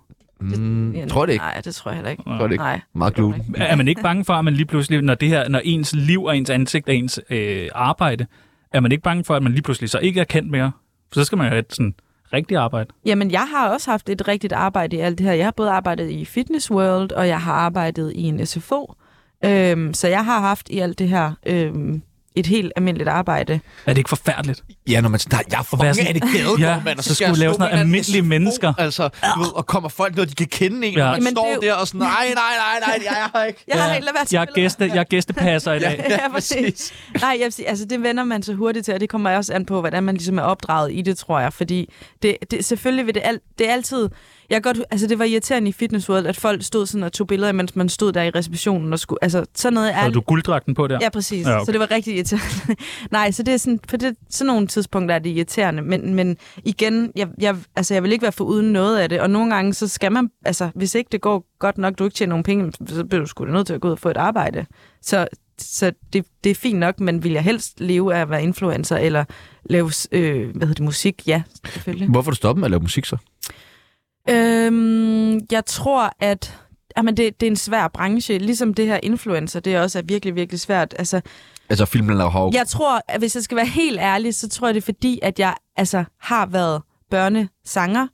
S5: Ja,
S1: tror det ikke.
S5: Nej, det tror jeg heller ikke.
S1: Tror det ikke?
S5: Nej.
S1: Meget gluten.
S3: Er er man ikke bange for, at man lige pludselig, når, det her, når ens liv og ens ansigt og ens øh, arbejde, er man ikke bange for, at man lige pludselig så ikke er kendt mere? For så skal man jo have et sådan rigtigt arbejde.
S5: Jamen, jeg har også haft et rigtigt arbejde i alt det her. Jeg har både arbejdet i Fitness World, og jeg har arbejdet i en SFO. Øhm, så jeg har haft i alt det her øhm, et helt almindeligt arbejde.
S3: Er det ikke forfærdeligt?
S1: Ja, når man sådan, nej, jeg er
S3: være
S1: fucking
S3: sådan-
S1: af det gade,
S3: Ja,
S1: mand, og
S3: så
S1: skal jeg
S3: skulle lave
S1: stå
S3: sådan noget
S1: med en anden
S3: almindelige
S1: SFO,
S3: mennesker.
S1: Altså, du ved, og kommer folk, når de kan kende en,
S3: Ja.
S1: ja. og man
S5: Jamen,
S1: Jamen, står
S5: det er jo-
S1: der og sådan, nej, nej, nej, nej, jeg har ikke.
S5: Jeg har helt lade være til
S3: Jeg er,
S5: at spille-
S3: gæste, jeg er gæstepasser i dag.
S5: [LAUGHS] Ja, [LAUGHS] præcis. Nej, jeg vil sige, altså, det vender man så hurtigt til, og det kommer også an på, hvordan man ligesom er opdraget i det, tror jeg. Fordi det, det, selvfølgelig vil det, al, det er altid... Jeg kan godt, altså, det var irriterende i Fitness World, at folk stod sådan og tog billeder, mens man stod der i receptionen og skulle... Altså, sådan noget er
S3: Havde du gulddragten på der?
S5: Ja, præcis.
S3: Ja,
S5: Ja,
S3: okay.
S5: okay. Så det var rigtig irriterende. [LAUGHS] Nej, så det er sådan, på det, sådan nogle tidspunkter er det irriterende. Men, men igen, jeg, jeg, altså, jeg vil ikke være for uden noget af det. Og nogle gange, så skal man... Altså, hvis ikke det går godt nok, du ikke tjener nogen penge, så bliver du sgu da nødt til at gå ud og få et arbejde. Så, så det, det er fint nok, men vil jeg helst leve af at være influencer eller lave øh, hvad hedder det, musik? Ja, selvfølgelig.
S1: Hvorfor du stoppet med at lave musik så?
S5: Øhm, jeg tror, at jamen, det, det er en svær branche. Ligesom det her influencer, det er også er virkelig, virkelig svært. Altså,
S1: Altså, filmen laver havregrød.
S5: jeg tror, at hvis jeg skal være helt ærlig, så tror jeg, det er fordi, at jeg altså, har været børnesanger,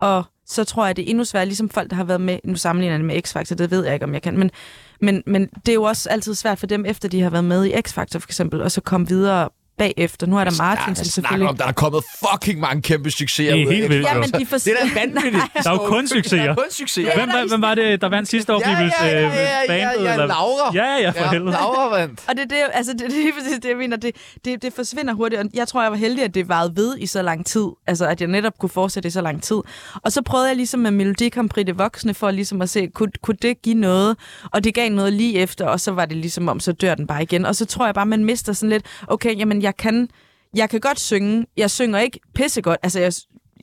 S5: og så tror jeg, det er endnu sværere, ligesom folk, der har været med, nu sammenligner jeg det med X-Factor, det ved jeg ikke, om jeg kan, men, men, men det er jo også altid svært for dem, efter de har været med i X-Factor for eksempel, og så komme videre bagefter. Nu er der Martin, som
S1: Snakker
S5: selvfølgelig...
S1: om, der er kommet fucking mange kæmpe succeser
S3: Det er
S1: ud af
S3: helt vildt.
S5: Jamen,
S3: altså.
S5: de
S1: [LAUGHS]
S5: for...
S1: Det er da
S5: [LAUGHS]
S1: vanvittigt. [LAUGHS]
S3: Der er jo kun
S1: Der
S3: succeser.
S1: er kun succeser.
S3: Hvem, var- hvem var det, der vandt sidste år?
S1: Ja, ja,
S3: Peoples,
S1: ja,
S3: øh,
S1: ja, ja, ja,
S3: bandet,
S1: ja,
S3: eller-
S1: Laura.
S3: Ja, ja, for helvede.
S1: Laura vandt.
S5: Og det er det, altså, det, det, er lige præcis det, jeg mener. Det, det, det forsvinder hurtigt, og jeg tror, jeg var heldig, at det varede ved i så lang tid. Altså, at jeg netop kunne fortsætte i så lang tid. Og så prøvede jeg ligesom med Melodi Grand Prix det voksne, for ligesom at se, kunne, kunne det give noget? Og det gav noget lige efter, og så var det ligesom om, så dør den bare igen. Og så tror jeg bare, man mister sådan lidt, okay, jamen jeg kan, jeg kan godt synge. Jeg synger ikke pissegodt. Altså, jeg,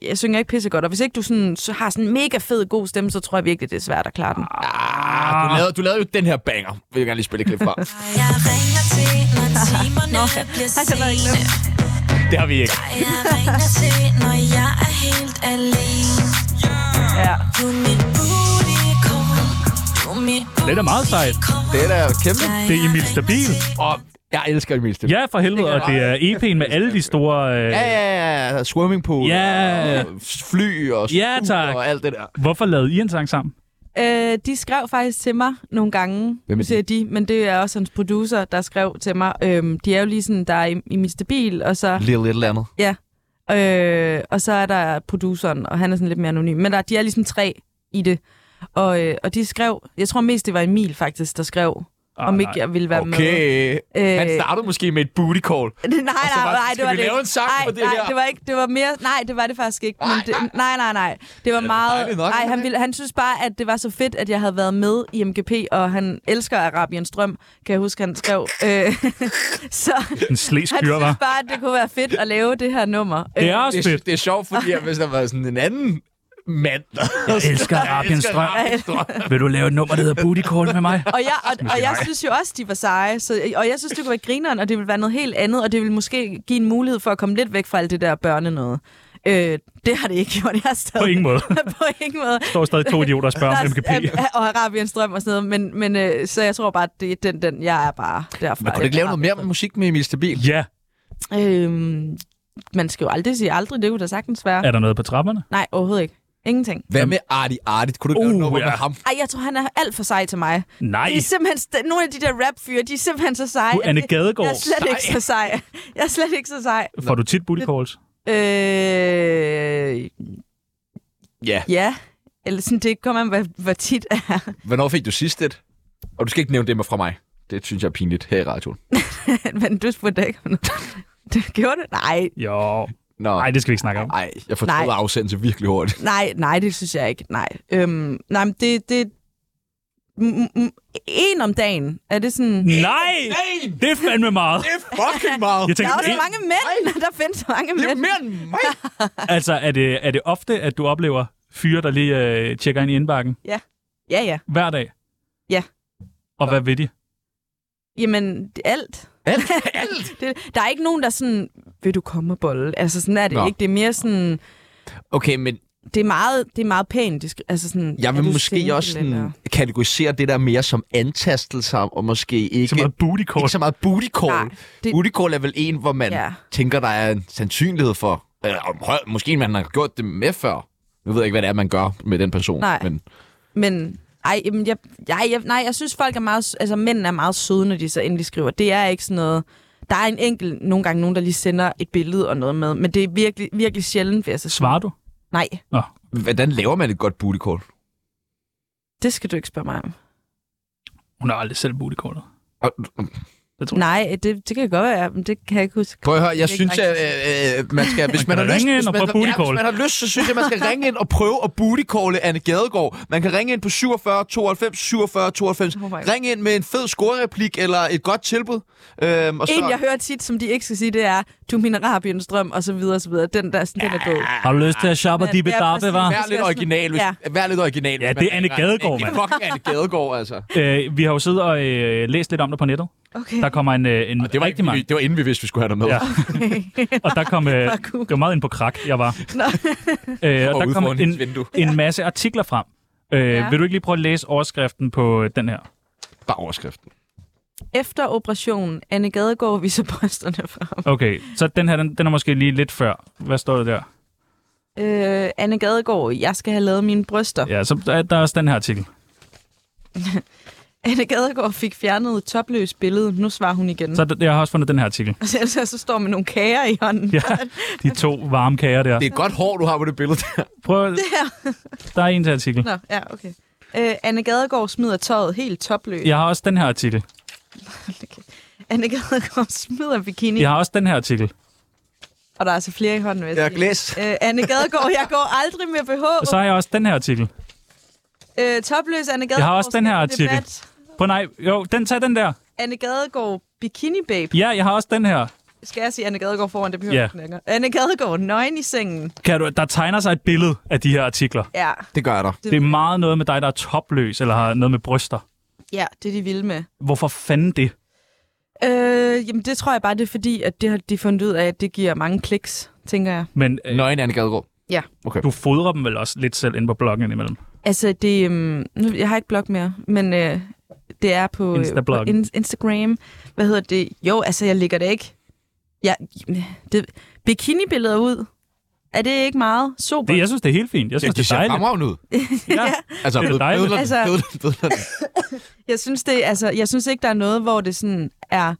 S5: jeg synger ikke pissegodt, og hvis ikke du sådan, så har sådan en mega fed god stemme, så tror jeg virkelig, det er svært at klare den.
S1: Ah, du, lavede, du lavede jo den her banger. Vil jeg gerne lige spille et klip fra.
S9: Jeg ringer til, når timerne
S5: Nå,
S9: bliver
S5: Ej, det var ikke
S9: sene.
S1: det har vi ikke.
S9: Jeg ringer til, når jeg er helt alene.
S5: Ja.
S9: Du er mit unicorn. Du er mit
S3: Det er da meget sejt.
S9: unicorn.
S1: Det er da kæmpe.
S3: Det er Emil Stabil.
S1: Og jeg elsker Emil Stemmer.
S3: Ja, for helvede. Og det er EP'en med alle de store... Øh...
S1: Ja, ja, ja. Swimmingpool.
S3: Ja.
S1: Og fly og
S3: Ja,
S1: skub
S3: tak.
S1: Og alt det der.
S3: Hvorfor lavede I en sang sammen?
S5: Øh, de skrev faktisk til mig nogle gange,
S1: Hvem er
S5: siger de, men det er også hans producer, der skrev til mig. Øhm, de er jo lige sådan, der er i, i min stabil, og så,
S1: Lille et eller andet.
S5: øh, og så er der produceren, og han er sådan lidt mere anonym. Men der, de er ligesom tre i det. Og, øh, og de skrev, jeg tror mest det var Emil faktisk, der skrev,
S3: Ah,
S5: om
S3: nej.
S5: ikke jeg ville være med.
S1: Okay.
S5: Øh,
S1: Han startede måske med et booty call.
S5: [LAUGHS] Nej, nej,
S1: så var-
S5: nej, nej,
S1: skal
S5: det var
S1: vi lave
S5: det. ikke.
S1: en sang
S5: nej,
S1: på det
S5: nej,
S1: her?
S5: det var ikke, det var mere, nej, det var det faktisk ikke. Men det, nej, nej, nej. Det var
S1: dejligt
S5: meget,
S1: nok,
S5: nej,
S1: men-
S5: han, ville, han synes bare, at det var så fedt, at jeg havde været med i MGP, og han elsker Arabiens drøm, kan jeg huske, han skrev. Øh,
S1: [LAUGHS]
S5: [LAUGHS] så
S3: En slæsk
S5: han
S3: hyre, var.
S5: synes bare, at det kunne være fedt at lave det her nummer. Øh,
S3: Det er også
S1: Det,
S3: fedt.
S1: er- det er sjovt, fordi at hvis der var sådan en anden mand, der
S3: Jeg elsker Arabiens drøm.
S1: [LAUGHS]
S3: Vil du lave et nummer, der hedder Booty Call med mig?
S5: og jeg, og, og jeg synes jo også, de var seje, så, og jeg synes, det kunne være grineren, og det ville være noget helt andet, og det ville måske give en mulighed for at komme lidt væk fra alt det der børne noget. Øh, det har det ikke gjort. Jeg er stadig,
S3: På ingen måde.
S5: [LAUGHS] på ingen måde.
S3: Der står stadig to idioter og spørger om MGP.
S5: Af- af- og Arabiens drøm og sådan noget, men, men øh, så jeg tror bare, det er den, den, jeg er bare derfra.
S1: Man kunne du ikke lave noget mere med musik med Emil Stabil?
S3: Ja,
S5: Øhm, man skal jo aldrig sige aldrig, det kunne da sagtens være. Ja.
S3: er der noget på trapperne?
S5: Nej, overhovedet ikke. Ingenting.
S1: Hvad med Artie Artie? Kunne du ikke lave
S3: Uh,
S1: noget
S3: ja.
S1: med ham?
S5: Ej, jeg tror, han er alt for sej til mig.
S3: Nej.
S5: De er simpelthen, st- nogle af de der rapfyre, de er simpelthen så seje.
S3: Du,
S5: at
S3: Anne
S5: det-
S3: Gadegaard.
S5: Jeg er slet ikke så sej. Jeg er slet ikke så sej.
S3: Får du tit booty calls?
S5: Øh,
S1: Ja.
S5: ja, eller sådan, det kommer an, hvor, hvor tit er.
S1: Hvornår fik du sidst et? Og du skal ikke nævne det med fra mig. Det synes jeg er pinligt her i radioen.
S5: men du spurgte da ikke [LAUGHS] om noget. Det gjorde det? Nej,
S3: Jo.
S1: Nå.
S3: Nej, det skal vi ikke snakke om.
S1: Ej, jeg fortrød
S5: Nej.
S1: afsendelse virkelig
S5: [LAUGHS]
S1: hurtigt.
S5: Nej, nej, det synes jeg ikke. Nej, øhm, nej men det... det m- m- en om dagen. Er det sådan...
S3: Nej! Det er fandme meget.
S1: Det er fucking meget.
S3: Jeg
S5: Der
S3: tænker,
S5: er også
S3: en-
S5: mange mænd. [LAUGHS] Der findes så mange
S1: Det er
S5: mænd.
S1: mere end mig.
S3: altså, er det, er det ofte, at du oplever fyre, der lige øh, tjekker ind i indbakken
S5: Ja, ja.
S3: hver dag?
S5: Ja.
S3: Og hvad ved de?
S5: Jamen, det- alt. [LAUGHS]
S1: Alt, alt.
S5: Det, der er ikke nogen, der er sådan... Vil du komme og bolle? Altså, sådan er det
S1: Nå.
S5: Nå. ikke. Det er mere sådan...
S1: Okay, men
S5: Det er meget, det er meget pænt. Det skal, altså sådan,
S1: jeg
S5: er
S1: vil
S5: du
S1: måske
S5: single,
S1: også
S5: eller-
S1: sådan kategorisere det der mere som antastelser, og måske ikke,
S3: Så meget booty
S1: ikke
S3: calls.
S1: så meget booty call.
S5: Nej, det-
S1: Booty call er vel en, hvor man
S5: Ja.
S1: tænker, der er en sandsynlighed for, eller om høj- måske man har gjort det med før. Nu ved jeg ikke, hvad det er, man gør med den person.
S5: Nej.
S1: Men
S5: Men ej, jamen, jeg, jeg, jeg, nej, jeg synes, folk er meget, s- altså mænd er meget søde, når de så endelig skriver. Det er ikke sådan noget... Der er en enkelt, nogle gange nogen, der lige sender et billede og noget med, men det er virkelig, virkelig sjældent, vil jeg så sige.
S3: Svarer du?
S5: Nej,
S1: hvordan laver man et godt booty call?
S5: det skal du ikke spørge mig om.
S3: Hun har aldrig selv booty callet.
S5: Ah,
S1: Og-
S5: Nej, det, det kan godt være, men det kan jeg ikke huske.
S1: Prøv at høre, jeg
S5: Det er
S1: synes,
S5: ikke
S1: at øh, man skal, hvis
S3: Man
S1: man,
S3: kan
S1: har lyst,
S3: ringe ind
S1: hvis
S3: og
S1: man,
S3: prøve booty
S1: ja, hvis
S3: call.
S1: man har lyst, så synes jeg, man skal ringe ind og prøve at bootycalle Anne Gadegaard. Man kan ringe ind på 47 92 47 92.
S5: Oh my God.
S1: Ring ind med en fed scorereplik eller et godt tilbud. Øhm, og så,
S5: En, jeg hører tit, som de ikke skal sige, det er, du er min Arabiens drøm, og så videre, og så videre. Den der, sådan, den er død.
S3: Har du lyst til at shoppe
S5: ah, Men det er præcis-
S3: var?
S5: Ja.
S1: Vær lidt original, hvis,
S5: Ja.
S1: ja. vær lidt original.
S3: Ja,
S1: hvis man
S3: det er Anne
S1: ringer.
S3: Gadegaard,
S1: Det er
S3: mand.
S1: Fucking Anne Gadegaard, altså.
S3: Øh, vi har jo siddet og øh, læst lidt om dig på nettet.
S5: Okay.
S3: Der kommer en, øh, en
S5: Ah,
S1: Det var,
S3: rigtig
S1: ikke,
S3: mange.
S1: det var inden vi vidste, vi skulle have dig med.
S3: Ja.
S8: [LAUGHS]
S1: Ja.
S3: Og der
S5: [LAUGHS]
S3: kom... Øh,
S5: cool.
S3: det var meget inde på krak, jeg var.
S5: Nå.
S3: øh, og
S1: Og
S3: der
S1: ude
S3: kom
S1: foran hendes
S3: en,
S1: vindue.
S3: en masse artikler frem. Øh,
S5: Ja.
S3: Vil du ikke lige prøve at læse overskriften på øh, den her?
S1: Bare overskriften.
S5: [LAUGHS] Efter operationen, Anne Gadegaard viser brysterne frem.
S3: Okay, så den her, den, den er måske lige lidt før. Hvad står der der?
S5: Øh, Anne Gadegaard, jeg skal have lavet mine bryster.
S3: Ja, så der, der er også den her artikel.
S5: Anne Gadegaard fik fjernet topløs billede. Nu svarer hun igen.
S3: Så d- jeg har også fundet den her artikel.
S5: Og [LAUGHS] så, så, så står man med nogle kager i hånden. [LAUGHS]
S3: Ja, de to varme kager der.
S8: Det er et godt hår, du har på det billede
S5: [LAUGHS]
S8: der.
S3: Prøv, at-
S5: Det her.
S3: der er en til artikel.
S5: Nå, ja, okay. Øh, Anne Gadegaard smider tøjet helt topløs. [LAUGHS]
S3: Jeg har også den her artikel.
S5: Anne Gadegaard smider bikini.
S3: Jeg har også den her artikel.
S5: Og der er altså flere i hånden, vil jeg
S8: Jeg
S5: sige.
S8: glæs.
S5: Øh, Anne Gadegaard, jeg går aldrig med BH.
S3: Og så har jeg også den her artikel.
S5: Øh, topløs Anne Gadegaard.
S3: Jeg har også den her
S5: skal til
S3: artikel.
S5: debat.
S3: Prøv nej, jo, den tager den der.
S5: Anne Gadegaard bikini babe.
S3: Ja, jeg har også den her.
S5: Skal jeg sige Anne Gadegaard foran? Det behøver
S3: Ja.
S5: yeah. ikke længere. Anne Gadegaard nøgen i sengen.
S3: Kan du, der tegner sig et billede af de her artikler.
S5: Ja,
S8: Det gør jeg da.
S3: Det er meget noget med dig, der er topløs, eller har noget med bryster.
S5: ja det er de vilde med.
S3: Hvorfor fanden det?
S5: Øh, jamen, det tror jeg bare, det er fordi, at det har de fundet ud af, at det giver mange kliks, tænker jeg.
S3: Men øh,
S8: Nøgen Anne Gadegaard.
S3: du fodrer dem vel også lidt selv ind på bloggen imellem.
S5: Altså, det, øhm, nu, jeg har ikke blog mere, men øh, det er på, øh, på
S3: Instabloggen.
S5: in- Instagram. Hvad hedder det? Jo, altså, jeg ligger det ikke. Jeg, det, bikinibilleder ud, er det ikke meget? Super.
S3: Det, jeg synes, det er helt fint. Jeg
S8: Ja,
S3: synes,
S8: de
S3: det er
S8: ser
S3: dejligt.
S8: fremragende ud.
S3: Ja.
S8: Altså,
S3: Det er da
S8: ved-
S3: dejligt.
S8: vedler den,
S5: Altså-
S8: vedler den, vedler den.
S5: Jeg synes, det, altså, jeg synes ikke, der er noget, hvor det sådan er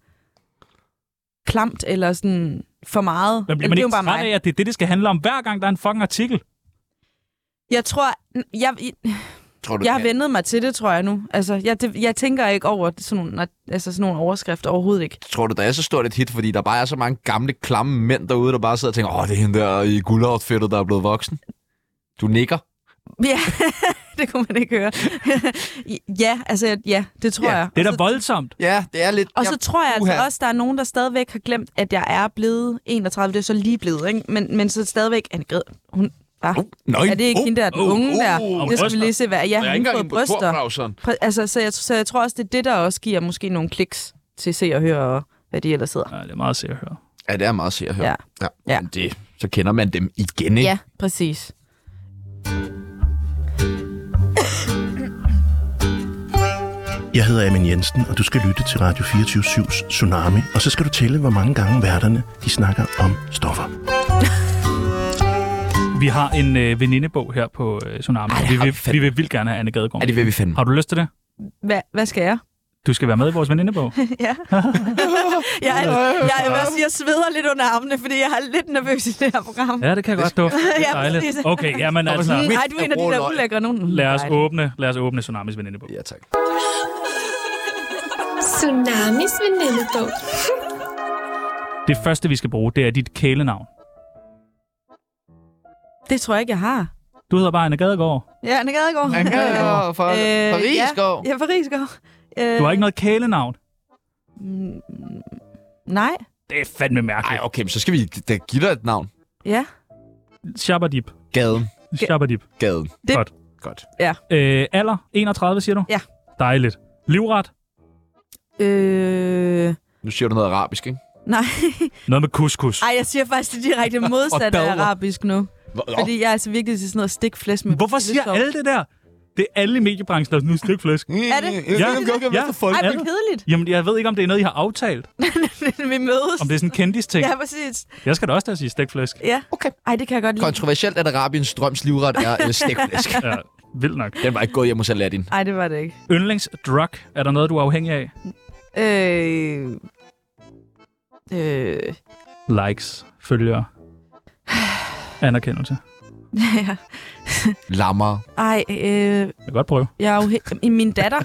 S5: klamt eller sådan for meget.
S3: Men
S5: Eller
S3: bliver
S5: det
S3: man
S5: er jo
S3: ikke
S5: bare
S3: træt
S5: mig.
S3: af, at det er det, det skal handle om, hver gang der er en fucking artikel?
S5: Jeg tror, jeg,
S8: Tror du,
S5: Jeg har
S8: det?
S5: vendet mig til det, tror jeg nu. Altså, jeg, det, jeg tænker ikke over sådan nogle, altså sådan nogle overskrifter overhovedet ikke. [LAUGHS]
S8: tror du, der er så stort et hit, fordi der bare er så mange gamle, klamme mænd derude, der bare sidder og tænker, åh, det er hende der i guldoutfittet, der er blevet voksen. Du nikker.
S5: Ja, det kunne man ikke høre. [LAUGHS] ja, altså, ja, det tror
S8: Ja,
S5: jeg.
S3: Det er da
S5: Og så-
S3: voldsomt.
S8: Ja, det er lidt...
S5: Og så tror jeg altså
S8: Uha.
S5: også, der er nogen, der stadigvæk har glemt, at jeg er blevet 31. Det er så lige blevet, ikke? Men, men så stadigvæk... Anne Gred, hun, var,
S8: Oh, nøj.
S5: er det ikke
S8: oh,
S5: hende der, den unge der?
S8: oh,
S5: det skal vi
S3: bryster.
S5: lige se, hvad ja,
S8: Jeg er
S5: hun
S8: ikke
S5: har
S8: engang
S5: fået
S8: en bryster.
S5: bryster. Præ- Altså, så, jeg, så jeg tror også, det er det, der også giver måske nogle kliks til se og høre, og hvad de ellers hedder.
S3: Ja, det er meget sikkert at høre.
S8: Ja, det er meget sikkert. Ja.
S5: Ja.
S8: ja.
S5: Ja.
S8: Men det, så kender man dem igen, ikke?
S5: Ja, præcis.
S10: Jeg hedder Amin Jensen, og du skal lytte til Radio 24-7's Tsunami. Og så skal du tælle, hvor mange gange værterne de snakker om stoffer.
S3: Vi har en øh, venindebog her på øh, Tsunami.
S8: Ej,
S3: vi,
S8: har
S3: vil,
S8: vi fandme-
S3: vi vil vildt gerne have Anne Gadegaard.
S8: Ja, det vil vi fandme.
S3: Har du lyst til det?
S5: Hva, hvad skal jeg?
S3: Du skal være med i vores venindebog. [LAUGHS]
S5: Ja. jeg, er, jeg, jeg, jeg, jeg sveder lidt under armene, fordi jeg er lidt nervøs i det her program.
S3: Ja, det kan jeg godt dufte. Det er
S5: Ja,
S3: dejligt.
S5: præcis.
S3: Okay, jamen altså,
S8: midt
S5: Nej, Mm, du er en af de
S8: af
S5: der
S8: råløg.
S5: ulækre nogen.
S3: lad os
S5: Dejligt.
S3: åbne, lad os åbne Tsunamis venindebog.
S8: Ja, tak.
S9: Tsunamis venindebog.
S3: Det første, vi skal bruge, det er dit kælenavn.
S5: Det tror jeg ikke, jeg har.
S3: Du hedder bare Anne Gadegaard.
S5: Ja, Anne Gadegaard.
S8: Han kan jo fra
S5: Øh,
S8: Parisgaard.
S5: Ja, ja Parisgaard. Øh,
S3: Du har ikke noget kælenavn.
S5: mm, Nej.
S3: Det er fandme
S8: Ej,
S3: mærkeligt.
S8: okay, men så skal vi da give dig et navn.
S5: Ja.
S3: Shabadip.
S8: Gaden.
S3: Shabadip.
S8: Gaden.
S5: Det-
S3: Godt.
S8: Godt.
S3: Øh, alder? 31, siger du?
S5: Ja.
S3: Dejligt. Livret?
S5: Øh,
S8: Nu siger du noget arabisk, ikke?
S5: nej.
S3: Noget med couscous.
S5: Ej, jeg siger faktisk det
S3: [LAUGHS]
S5: direkte modsatte af arabisk nu. Fordi jeg er altså virkelig til sådan noget stikflæs med...
S3: Hvorfor siger
S5: sov.
S3: alle det der? Det er alle i mediebranchen, der er nu stykflæsk.
S5: Er det?
S3: Ja, ja.
S5: Ej,
S3: alle?
S5: hvor kedeligt. [LAUGHS]
S3: Jamen, jeg ved ikke, om det er noget, I har aftalt.
S5: Vi mødes.
S3: Om det er sådan en kendis-ting.
S5: Ja, præcis.
S3: Jeg skal da også da sige stikflæsk.
S5: Ja.
S8: Okay.
S5: Ej, det kan jeg godt lide.
S8: Kontroversielt, at Arabiens drøms livret er øh,
S5: [LAUGHS]
S8: stegflæsk.
S3: Ja, vildt nok.
S8: Den var ikke gået hjem hos Aladdin.
S5: Ej, det var det ikke.
S3: Yndlingsdrug. Er der noget, du er afhængig af?
S5: Øh... [LAUGHS] Øh...
S3: Likes,
S5: [SIGHS]
S3: følgere, anerkendelse.
S8: Lammer.
S5: Ej, øh...
S3: Jeg kan godt prøve.
S5: Jeg er afhæ- Min datter.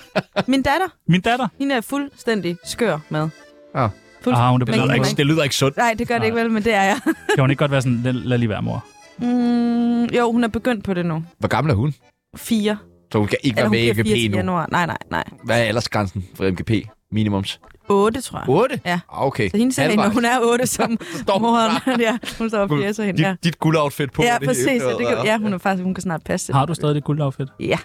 S5: Min datter.
S3: Min datter.
S5: Hende er jeg fuldstændig skør med.
S8: Ah.
S5: Fuld...
S3: Ah, hun, det,
S5: Men-
S3: betyder, ikke.
S8: det lyder ikke sundt.
S5: Nej, det gør det
S3: Nej.
S5: ikke vel, men det er jeg. [LAUGHS]
S3: Kan hun ikke godt være sådan, lad, lad lige være mor?
S5: Mm, jo, hun er begyndt på det nu.
S8: Hvor gammel er hun?
S5: Fire.
S8: Så hun kan ikke være
S5: Eller hun
S8: med i
S5: bliver
S8: MGP
S5: 4 til
S8: nu.
S5: januar. Nej, nej, nej.
S8: Hvad er aldersgrænsen for MGP? Minimums.
S5: Otte, tror jeg.
S8: 8?
S5: Ja.
S8: Ah, okay.
S5: Så hende ser jeg, når hun er otte,
S8: [LAUGHS]
S5: som
S8: Står
S5: moren. [LAUGHS] ja, hun står og
S8: Hun-
S5: fjerser hende.
S8: dit,
S5: Ja,
S8: dit guldoutfit på.
S5: ja
S8: det
S5: præcis.
S8: hele.
S5: Ja, det kan, ja, hun er faktisk, hun kan snart passe det.
S3: Har du stadig det guldoutfit?
S5: Ja.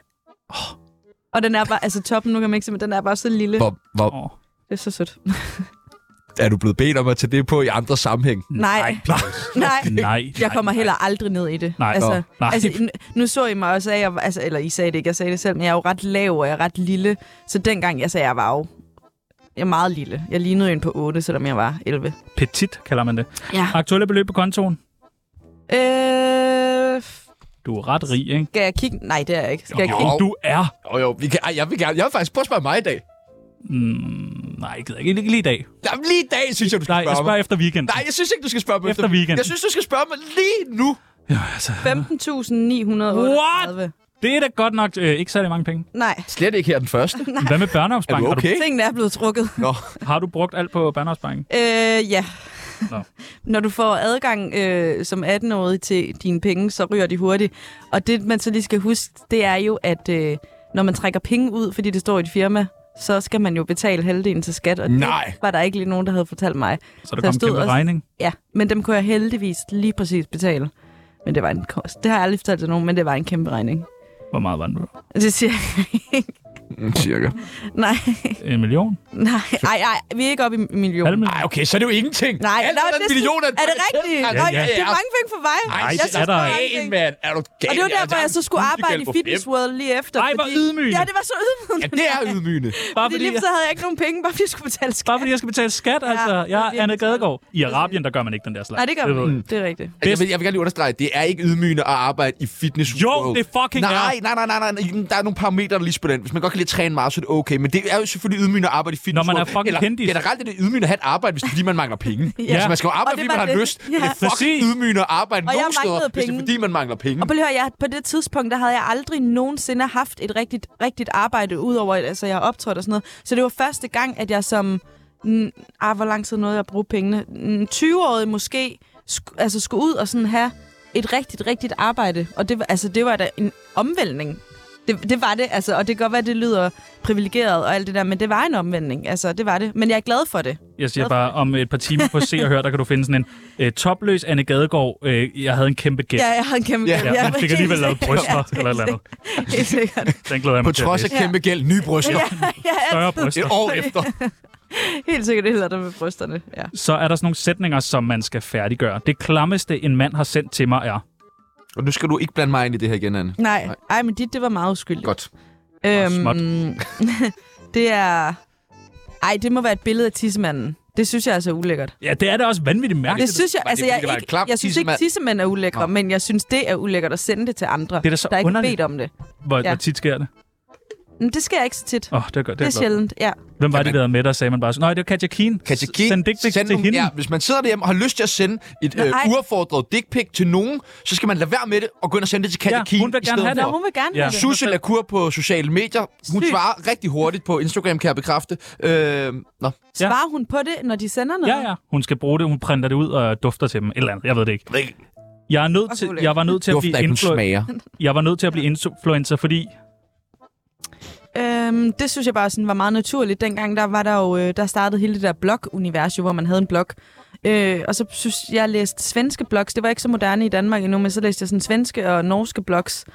S5: Og den er bare, altså toppen, nu kan man ikke se, men den er bare så lille.
S8: Hvor, hvor
S3: Åh,
S5: Det er så sødt.
S8: er du blevet bedt om at tage det på i andre sammenhæng?
S5: Nej. Nej.
S3: [LAUGHS] nej.
S5: Jeg kommer heller aldrig ned i det.
S3: Nej,
S5: altså,
S3: nå, nej.
S5: Altså, n- nu så I mig også af, jeg var- altså, eller I sagde det ikke, jeg sagde det selv, men jeg er jo ret lav, og jeg er ret lille. Så dengang jeg sagde, jeg var jo jeg er meget lille. Jeg lignede en på 8, selvom jeg var 11.
S3: Petit kalder man det.
S5: Ja.
S3: Aktuelle beløb på kontoen?
S5: Øh,
S3: Du er ret rig, ikke?
S5: Skal jeg kigge? Nej, det er jeg ikke. Skal jeg
S3: Jo,
S5: kigge?
S3: du er.
S1: Jo, jo, vi kan, ej, jeg vil gerne, jeg vil faktisk prøve at spørge mig i dag.
S3: Mm, nej, jeg gider ikke. Ikke lige i dag.
S1: Jamen, lige i dag, synes jeg, du skal
S3: Nej,
S1: spørge
S3: jeg spørger
S1: mig.
S3: efter weekenden.
S1: Nej, jeg synes ikke, du skal spørge mig
S3: Efter weekenden.
S1: Jeg synes, du skal spørge mig lige nu.
S5: 15.938.
S3: Det er da godt nok øh, ikke særlig mange penge.
S5: Nej,
S1: Slet ikke her den første.
S3: Hvad med
S1: Er
S3: børneopsparing?
S1: du okay?
S5: tingene er blevet trukket.
S3: Har du, har du brugt alt på børneopsparing?
S5: Øh, ja.
S3: Nå.
S5: [LAUGHS] Når du får adgang øh, som 18-årig til dine penge, så ryger de hurtigt. Og det, man så lige skal huske, det er jo, at øh, når man trækker penge ud, fordi det står i et firma, så skal man jo betale halvdelen til skat. Og
S1: Nej.
S5: det var der ikke lige nogen, der havde fortalt mig.
S3: Så der
S5: Der
S3: kom en
S5: stod
S3: kæmpe
S5: også-
S3: regning.
S5: Ja, men dem kunne jeg heldigvis lige præcis betale. Men det var en kost. Det har jeg aldrig fortalt til nogen, men det var en kæmpe regning.
S3: Hvor meget var den?
S5: Det siger jeg ikke. [LAUGHS]
S1: Mm, Cirka.
S5: Nej,
S3: En million?
S5: nej, nej, nej, vi er ikke oppe i millioner.
S3: Halv million?
S1: Nej, okay, så er det jo ingenting.
S5: Nej,
S1: Alt
S5: nej,
S1: under en
S5: det-
S1: million er,
S5: Er det rigtigt?
S1: Ja,
S5: Nå,
S3: ja.
S5: Det er mange penge for mig.
S1: Ej,
S3: det
S5: jeg synes,
S3: er der
S5: det var
S3: ikke.
S5: mange
S1: Hey,
S5: penge.
S1: mand, er du gal?
S5: Og det var der, hvor jeg så skulle arbejde i
S1: på
S5: Fitness World lige efter.
S3: Ej, hvor ydmygende.
S5: Ja, det var så ydmygende.
S1: Ja, det er ydmygende.
S3: Bare
S5: Fordi
S3: fordi,
S5: lige så havde jeg ikke nogen penge, bare fordi jeg skulle betale skat.
S3: bare fordi jeg skal betale skat, altså.
S5: det er
S3: Jeg er
S5: virkelig
S3: Anna Gadegaard. I Arabien, der gør man ikke den der slags.
S5: Nej, det gør
S3: ved
S5: man
S3: du.
S5: ikke. Det er rigtigt.
S1: Jeg vil, jeg vil gerne lige understrege, at det er ikke ydmygende at arbejde i Fitness
S3: Jo,
S1: World.
S3: det fucking
S1: nej,
S3: er.
S1: Nej, nej, nej, nej. Der er nogle parametre, der lige spiller ind. Hvis man godt kan lide at træne meget, så er det okay. Men det er jo selvfølgelig ydmygende at arbejde i Fitness
S3: Når man er
S1: World.
S3: fucking
S1: Eller
S3: kendis.
S1: Generelt er det ydmygende at have et arbejde, hvis det er, fordi man mangler penge. ja.
S5: [LAUGHS] Ja.
S1: Altså, man skal jo
S5: Og
S1: arbejde,
S5: det
S1: fordi
S5: var
S1: man har
S5: det.
S1: lyst. Men det
S5: Ja.
S1: er fucking
S3: Præcis.
S1: ydmygende at arbejde
S5: Og jeg
S1: nogen
S5: manglede
S1: steder, hvis det
S5: penge.
S1: er, fordi man mangler penge.
S5: Og prøv lige at høre, jeg, på det tidspunkt, der havde jeg aldrig nogensinde haft et rigtigt, rigtigt arbejde, udover at altså, jeg har optrådt og sådan noget. Så det var første gang, at jeg som... Mm, ah, hvor lang tid nåede jeg at bruge pengene? Mm, 20-årig måske, sk- altså skulle ud og sådan have et rigtigt, rigtigt arbejde. Og det, var- altså, det var da en omvæltning. Det, det var det, altså, og det kan godt være, at det lyder privilegeret og alt det der, men det var en omvending, altså, det var det. Men jeg er glad for det.
S3: Jeg siger bare, om et par timer på Se og Hør, der kan du finde sådan en øh, topløs Anne Gadegaard. Øh, jeg havde en kæmpe gæt.
S5: Ja, jeg har en kæmpe...
S1: Ja,
S3: Ja, men fik alligevel lavet bryster
S5: [LAUGHS] Ja,
S3: eller et eller andet.
S5: Helt sikkert.
S3: Den glæder jeg
S1: På
S3: mig til at
S1: trods af
S3: læse.
S1: kæmpe gæld, nye bryster.
S5: Ja,
S3: Større
S1: Et
S3: bryster.
S1: år efter.
S5: Helt sikkert, det hælder der med brysterne. Ja.
S3: Så er der sådan nogle sætninger, som man skal færdiggøre. Det klammeste, en mand har sendt til mig, er...
S1: Og nu skal du ikke blande mig ind i det her igen, Anne.
S5: Nej,
S1: Nej.
S5: ej, men dit, det var meget uskyldigt. Øhm,
S1: Godt.
S3: småt.
S5: [LAUGHS] det er... Ej, det må være et billede af tissemanden. Det synes jeg altså er ulækkert.
S3: Ja, det er da også vanvittigt mærkeligt.
S5: Det synes jeg,
S1: var det,
S5: altså,
S1: fordi
S5: jeg,
S1: det var en
S5: ikke,
S1: klam
S5: jeg synes ikke,
S1: tissemand?
S5: tissemænd er ulækre,
S1: Nå.
S5: men jeg synes, det er ulækkert at sende det til andre,
S3: Det er da så
S5: der ikke
S3: underligt.
S5: bedt om det.
S3: Hvor,
S5: Ja.
S3: hvor tit sker det?
S5: Men det sker ikke så tit.
S3: Åh, oh, det er godt.
S5: det
S3: Det
S5: er
S3: er godt.
S5: sjældent, ja.
S3: Hvem var
S1: Jamen.
S3: det, der havde med dig, sagde man bare sådan, Nej, det var Katja Keen.
S1: Katja Keen,
S3: Send dick pic
S1: send
S3: til
S1: nogle-
S3: hende.
S1: Ja, hvis man sidder derhjemme og har lyst til at sende et øh,
S5: Nej.
S1: uaffordret dick pic til nogen, så skal man lade være med det og gå ind og sende det til Katja
S3: Ja,
S1: Keen.
S3: hun vil
S1: i
S3: gerne
S1: stedet
S3: have det.
S5: Nå,
S1: for.
S5: hun vil gerne
S3: Ja.
S5: have det.
S1: Susse Lacour på sociale medier. Hun
S5: Sygt.
S1: svarer rigtig hurtigt på Instagram, kan jeg bekræfte. Øh, nå.
S3: Ja.
S5: Svarer hun på det, når de sender noget?
S3: Ja, ja. Hun skal bruge det, hun printer det ud og dufter til dem. Et eller andet. Jeg ved det ikke. Jeg, er nødt til, jeg var nødt til at
S1: Duften
S3: blive
S1: af, hun
S3: influ-
S1: smager.
S3: jeg var nødt til at blive influencer, fordi
S5: Øhm, det synes jeg bare sådan var meget naturligt. Dengang der var der jo, øh, der startede hele det der blog-univers, jo, hvor man havde en blog. Øh, og så synes jeg, jeg læste svenske blogs. Det var ikke så moderne i Danmark endnu, men så læste jeg sådan svenske og norske blogs.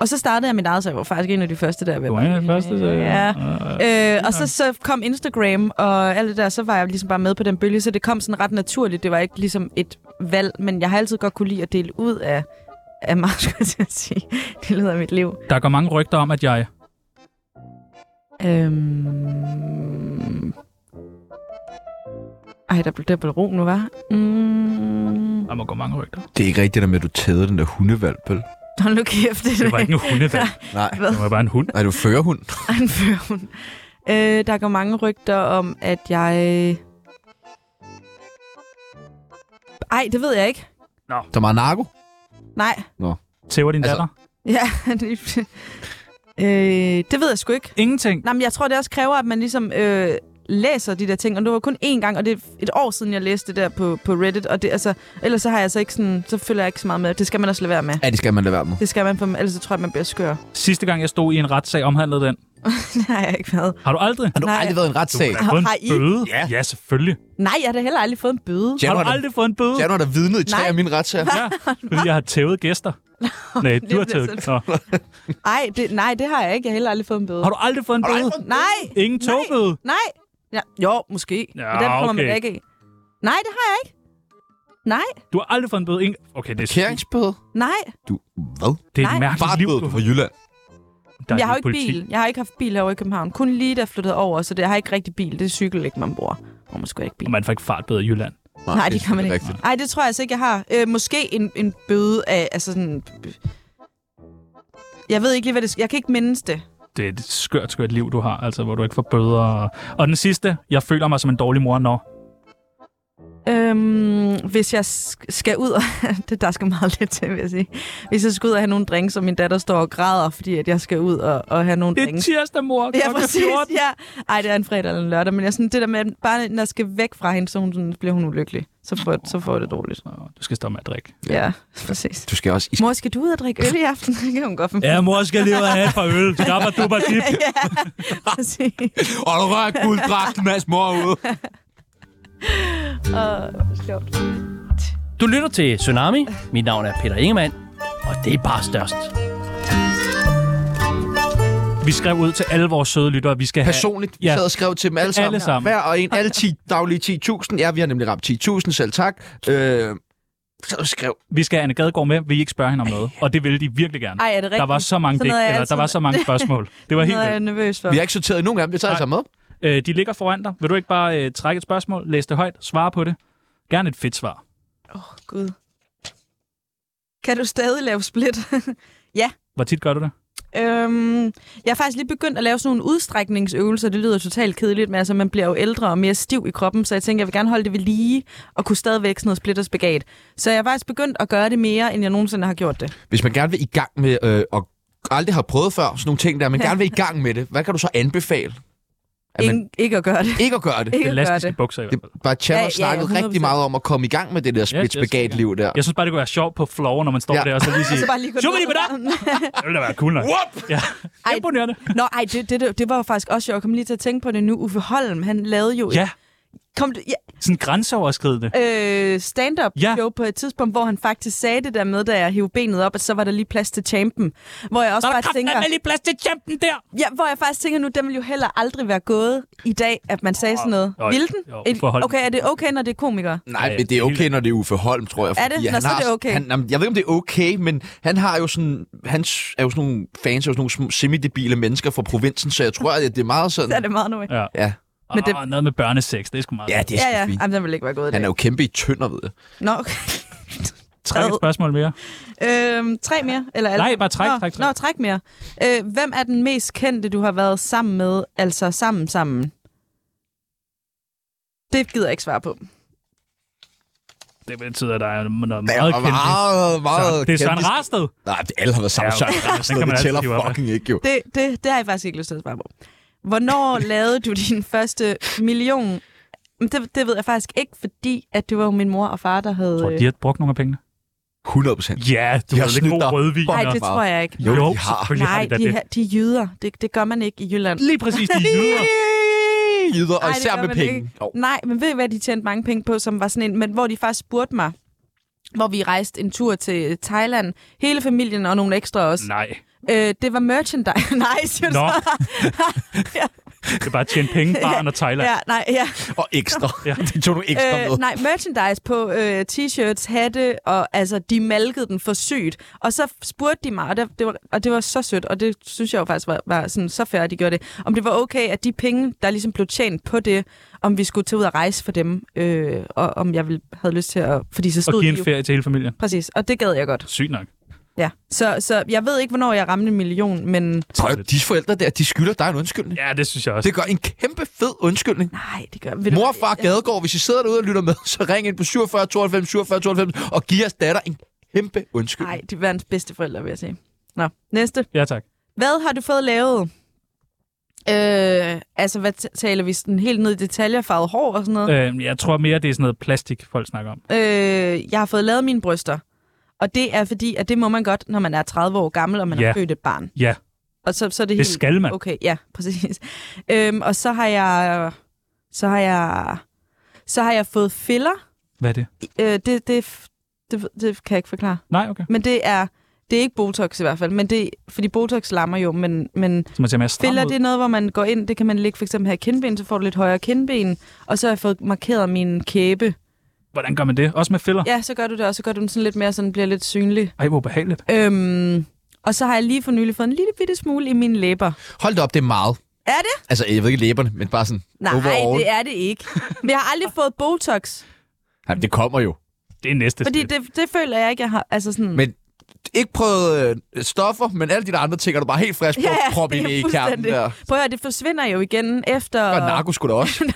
S5: Og så startede jeg mit eget, så jeg var faktisk en af de første der. vil jeg
S3: Du er
S5: bare
S3: en af de
S5: lige-
S3: første, så-
S5: Ja. Øh, og
S3: nok.
S5: så, så kom Instagram og alt det der, så var jeg ligesom bare med på den bølge, så det kom sådan ret naturligt. Det var ikke ligesom et valg, men jeg har altid godt kunne lide at dele ud af, af meget, skulle jeg til at sige. [LAUGHS] Det lyder af mit liv.
S3: der går mange rygter om, at jeg...
S5: Øhm... Ej, der blev, der blev ro nu, var. Mm...
S3: Der må gå mange rygter.
S1: Det er ikke rigtigt, det der med, at du tædede den der hundevalg, vel?
S5: Hold nu kæft, det,
S3: Det var ikke en
S5: [LAUGHS]
S3: hundevalg.
S1: Nej.
S3: Det var bare en hund.
S1: Nej, du fører hund.
S5: anfører hun. Øh, der går mange rygter om, at jeg... Ej, det ved jeg ikke.
S1: Der var narko.
S5: Nej.
S3: Tæver din
S1: Altså-
S3: datter.
S5: Ja, [LAUGHS] det- øh, det ved jeg sgu ikke.
S3: Ingenting.
S5: Nej, men jeg tror, det også kræver, at man ligesom øh, læser de der ting. Og det var kun én gang, og det er et år siden, jeg læste det der på, på Reddit. Og det, altså, ellers så har jeg altså ikke sådan, så følger jeg ikke så meget med. Det skal man også lade være med.
S1: Ja, det skal man lade være med.
S5: Det skal man, for ellers så tror jeg, man bliver skør. [LAUGHS]
S3: Sidste gang, jeg stod i en retssag, omhandlede den.
S5: det har jeg ikke været.
S3: Har du aldrig?
S1: Har du
S5: Nej.
S1: aldrig været i en retssag?
S3: Har du fået en
S5: Har I?
S3: bøde?
S1: Ja.
S3: ja selvfølgelig.
S5: Nej, jeg har da heller aldrig fået en bøde.
S3: Har du
S1: Januar, der,
S3: aldrig fået en bøde?
S1: Januar, der vidnede i tre
S5: Nej.
S1: af mine retssager.
S3: Ja, fordi jeg har tævet gæster. Nej, du har
S5: bliver
S3: tævet
S5: sendt.
S3: Nå.
S5: Ej, det, nej, det har jeg ikke. Jeg har heller aldrig fået en bøde.
S3: Har du aldrig fået en bøde?
S5: Nej,
S3: Ingen togbøde?
S5: nej. Ja, jo, måske.
S3: Ja,
S5: Men den kommer man
S3: okay.
S5: da ikke i. Nej, det har jeg ikke. Nej,
S3: Du har aldrig fået en bøde? Ingen... Okay, det er,
S1: Kæringsbøde.
S5: nej.
S1: Du, hvad?
S3: det er et
S5: Nej.
S3: mærkeligt liv,
S1: Fartbøde, du
S3: du
S1: er fra Jylland.
S3: Der er
S5: jeg har jo
S3: lidt
S5: ikke bil. Jeg har ikke haft bil herovre i København. Kun lige da jeg flyttede over, så det, jeg har ikke rigtig bil. Det er cykel, ikke, man bruger. Må man sgu ikke bil.
S3: Og man får ikke fartbøde i Jylland.
S5: Nej, Ah, det kan man
S1: er
S5: ikke.
S1: rigtigt.
S5: Nej, det tror jeg altså ikke, jeg har. Øh, måske en, en bøde af, altså sådan... Jeg ved ikke lige, hvad det sk- Jeg kan ikke mindes det.
S3: Det er et skørt, skørt liv, du har, altså, hvor du ikke får bøder. Og, og den sidste, jeg føler mig som en dårlig mor, når...
S5: Øhm, hvis jeg sk- skal ud og... [LAUGHS] det der skal meget lidt til, vil jeg sige. Hvis jeg skal ud og have nogle drinks, og min datter står og græder, fordi at jeg skal ud og, og have nogle
S3: Det er
S5: drinks.
S3: tirsdag, mor,
S5: Ja,
S3: klokken
S5: præcis.
S3: 14.
S5: Ja. Ej, det er en fredag eller en lørdag, men jeg er sådan, det der med, at bare når jeg skal væk fra hende, så, hun, sådan, bliver hun ulykkelig. Så får, så får jeg det dårligt.
S3: Du skal stoppe med at drikke.
S5: Ja, ja præcis.
S1: Du skal også... I
S5: Mor, skal du ud og drikke øl i aften? [LAUGHS] Det kan hun godt finde.
S3: Ja, mor skal lige ud og have et par øl. Skabber du bare dip.
S5: [LAUGHS] ja, præcis.
S1: Og du rører gulddragten, mens mor er ude.
S11: Du lytter til Tsunami. Mit navn er Peter Ingemann, og det er bare størst.
S3: Vi skrev ud til alle vores søde lyttere, vi skal
S1: Personligt, vi
S3: have...
S1: sad og skrev til dem alle sammen.
S3: Alle sammen.
S1: Hver og en, alle 10, daglige 10.000. Ja, vi har nemlig ramt 10.000, selv tak. Øh, så skrev...
S3: Vi skal have Anne Gadegaard med, vi ikke spørge hende om noget. Og det ville de virkelig gerne.
S5: Ej, er det rigtigt?
S3: Der var så mange,
S5: Sådan
S3: dæk,
S5: noget er jeg
S3: eller, der
S5: altid-
S3: var så mange spørgsmål. Det var helt
S5: Noget, jeg er
S3: vildt.
S5: nervøs for.
S1: Vi har ikke sorteret nogen af dem, vi tager altså med.
S3: Øh, de ligger foran dig. Vil du ikke bare øh, trække et spørgsmål, læse det højt, svare på det? Gerne et fedt svar.
S5: Åh, oh, Gud. Kan du stadig lave split? [LAUGHS]
S3: Hvor tit gør du det?
S5: øhm, jeg har faktisk lige begyndt at lave sådan nogle udstrækningsøvelser. Det lyder totalt kedeligt, men altså, man bliver jo ældre og mere stiv i kroppen, så jeg tænker, jeg vil gerne holde det ved lige og kunne stadigvæk sådan noget split og spagat. Så jeg har faktisk begyndt at gøre det mere, end jeg nogensinde har gjort det.
S1: Hvis man gerne vil i gang med øh, og aldrig har prøvet før, sådan nogle ting der, men gerne vil i gang med det, hvad kan du så anbefale? At man
S5: Ikke, ikke at
S3: [LAUGHS]
S5: gøre det.
S1: ikke at gøre det.
S5: Ikke at gøre
S3: Elastiske
S5: det.
S3: bukser i hvert
S1: det
S3: fald.
S1: var Chan
S5: Ja,
S1: ja,
S5: ja,
S1: snakkede
S5: 100%.
S1: rigtig meget om at komme i gang med det der
S3: yes,
S1: split spagat liv der.
S3: Jeg synes bare, det kunne være sjovt på floor, når man står der og så lige
S5: [LAUGHS] Og
S3: siger,
S5: så bare lige gå
S3: Shubidi
S5: ned.
S3: bada! det ville da være cool nok. Ja.
S5: Ej.
S3: Imponerende.
S5: [LAUGHS] Nå, ej, det, det, det, det var jo faktisk også sjovt. Jeg kom lige til at tænke på det nu. Uffe Holm, han lavede jo et-
S3: Ja,
S5: kom, det- ja,
S3: sådan grænseoverskridende.
S5: øh, stand-up
S3: Ja.
S5: ja. show på et tidspunkt, hvor han faktisk sagde det der med, da jeg hævde benet op, at så var der lige plads til champen. Hvor jeg også
S3: Der er
S5: bare tænker,
S3: kraftedeme lige plads til champen der!
S5: ja, hvor jeg faktisk tænker nu, den ville jo heller aldrig være gået i dag, at man sagde sådan noget.
S3: Jo,
S5: Vil
S3: jo,
S5: den? Et-
S3: for Holm.
S5: Okay, er det okay, når det er komikere?
S1: Nej, men det er okay, når det er Uffe Holm, tror jeg.
S5: Er det?
S1: fordi
S5: Nå,
S1: han
S5: så er
S1: har-
S5: det okay.
S1: Han, jamen, jeg ved ikke, om det er okay, men han har jo sådan... Hans er jo sådan nogle fans, er jo sådan nogle små semidebile mennesker fra provinsen, så jeg tror, at det er meget sådan...
S5: Så er det meget normalt.
S3: Ja.
S1: Ja,
S3: Men
S5: Men
S3: det...
S5: det-
S3: Åh, noget med børnesex, det er sgu meget.
S1: ja det er
S5: Ja,
S1: sgu
S5: ja.
S1: fint.
S5: Jamen, den ville ikke være gået i dag.
S1: Han er jo kæmpe i tynder, ved jeg.
S5: Nå, okay. [LAUGHS]
S3: Træk et spørgsmål mere.
S5: øhm, tre mere? Eller alt-
S3: Nej, bare træk,
S5: Nå,
S3: træk, træk.
S5: Nå, træk mere. Øh, hvem er den mest kendte, du har været sammen med, altså sammen sammen? Det gider jeg ikke svare på.
S3: Det betyder, at der er noget
S1: Det
S3: meget
S1: var
S3: kendt. ikke?
S1: meget, meget
S3: Så, det er Søren
S1: kendt.
S3: Rasted.
S1: Nej, det alle har været sammen.
S3: Ja,
S1: Søren [LAUGHS]
S3: okay.
S1: Rasted,
S3: Den kan man
S1: det
S3: altid
S1: tæller
S3: hive op af.
S1: fucking ikke, jo.
S5: Det, det, det har jeg faktisk ikke lyst til at svare på.
S3: [LAUGHS]
S5: Hvornår lavede du din første million? Men Det, det ved jeg faktisk ikke, fordi at det var jo min mor og far, der havde...
S3: Tror du, de har brugt nogle af pengene?
S1: 100 procent.
S3: Ja, du
S1: De har
S3: har lidt
S1: snydt
S3: god
S1: dig.
S3: rødvin.
S5: Nej,
S3: og-
S5: det tror jeg ikke.
S3: Jo,
S1: Jo,
S3: jo
S1: de har.
S3: selvfølgelig har
S5: Nej,
S3: de da
S5: de,
S3: det.
S5: er- de er jyder. Det, det gør man ikke i Jylland.
S3: Lige præcis, de er
S5: [LAUGHS]
S3: jyder.
S1: Jyder, og
S5: Ej, det
S1: især
S5: gør
S1: med
S5: man
S1: penge.
S5: ikke.
S1: Jo.
S5: Nej, men ved I, hvad de tjente mange penge på, som var sådan en... Men hvor de faktisk spurgte mig, hvor vi rejste en tur til Thailand. Hele familien og nogle ekstra også.
S3: Nej,
S5: Øh, det var merchandise. [LAUGHS] Nej, siger du
S3: Nå.
S5: så?
S3: det er bare at tjene penge, barn og Thailand.
S5: Ja, nej, ja.
S1: Og [LAUGHS] ekstra.
S3: Ja.
S1: De tog nogle ekstra med.
S5: Øh, nej, merchandise på øh, t-shirts, hatte, og altså, de malkede den for sygt. Og så spurgte de mig, og det, det, var, og det var så sødt, og det synes jeg jo faktisk var, var sådan, så færdigt, de gjorde det, om det var okay, at de penge, der ligesom blev tjent på det, om vi skulle tage ud og rejse for dem, øh, og om jeg ville, havde lyst til at... Fordi så
S3: Og
S5: stod
S3: give
S5: de
S3: en
S5: jo...
S3: ferie til hele familien.
S5: Præcis, og det gad jeg godt.
S3: Sygt nok.
S5: Ja. Så, så jeg ved ikke, hvornår jeg ramte en million, men...
S1: Prøv, at- de forældre der, de skylder dig en undskyldning.
S3: Ja, det synes jeg også.
S1: Det gør en kæmpe fed undskyldning.
S5: Nej, det gør... Ved du
S1: Mor og
S5: hvad?
S1: far Gadegaard, hvis I sidder derude og lytter med, [LAUGHS] så ring ind på 47 92 47 92 og giv jeres datter en kæmpe undskyldning.
S5: Nej, de er verdens bedste forældre, vil jeg sige. Nå, næste.
S3: Ja, tak.
S5: Hvad har du fået lavet? Øh, altså, hvad t- taler vi sådan helt ned i detaljer? Farvet hår og sådan noget?
S3: Øhm, jeg tror mere, det er sådan noget plastik, folk snakker om.
S5: Øh, jeg har fået lavet mine bryster. Og det er fordi, at det må man godt, når man er 30 år gammel, og man
S3: Ja.
S5: har født et barn.
S3: Ja,
S5: Og så, så er det,
S3: det
S5: helt...
S3: skal man.
S5: Okay, ja, præcis. Øhm, og så har jeg... Så har jeg... Så har jeg fået filler.
S3: Hvad er det?
S5: Øh, det, det, f- det, det kan jeg ikke forklare.
S3: Nej, okay.
S5: Men det er... Det er ikke Botox i hvert fald, men det, fordi Botox lammer jo, men, men
S3: Så man ser mere stram
S5: Filler,
S3: ud.
S5: det er noget, hvor man går ind, det kan man lægge for eksempel her i kindben, så får du lidt højere kindben, og så har jeg fået markeret min kæbe.
S3: Hvordan gør man det? Også med filler?
S5: Ja, så gør du det, og så gør du den sådan lidt mere, så den bliver lidt synlig.
S3: Ej, hvor behageligt.
S5: Øhm, og så har jeg lige for nylig fået en lille bitte smule i mine læber.
S1: Hold da op, det er meget.
S5: Er det?
S1: Altså, jeg ved ikke læberne, men bare sådan
S5: Nej,
S1: overall.
S5: det er det ikke. Men jeg har aldrig fået Botox,
S1: Jamen, [LAUGHS] det kommer jo.
S3: Det er næste
S5: fordi
S3: skridt.
S5: det, det føler jeg ikke, jeg har. Altså sådan,
S1: Mm. Men ikke prøvet øh, stoffer, men alle de der andre ting, er du bare helt frisk på at proppe ind i kernen
S5: fuldstændig.
S1: der.
S5: Prøv at høre, det forsvinder jo igen efter...
S1: Og narko skulle da også.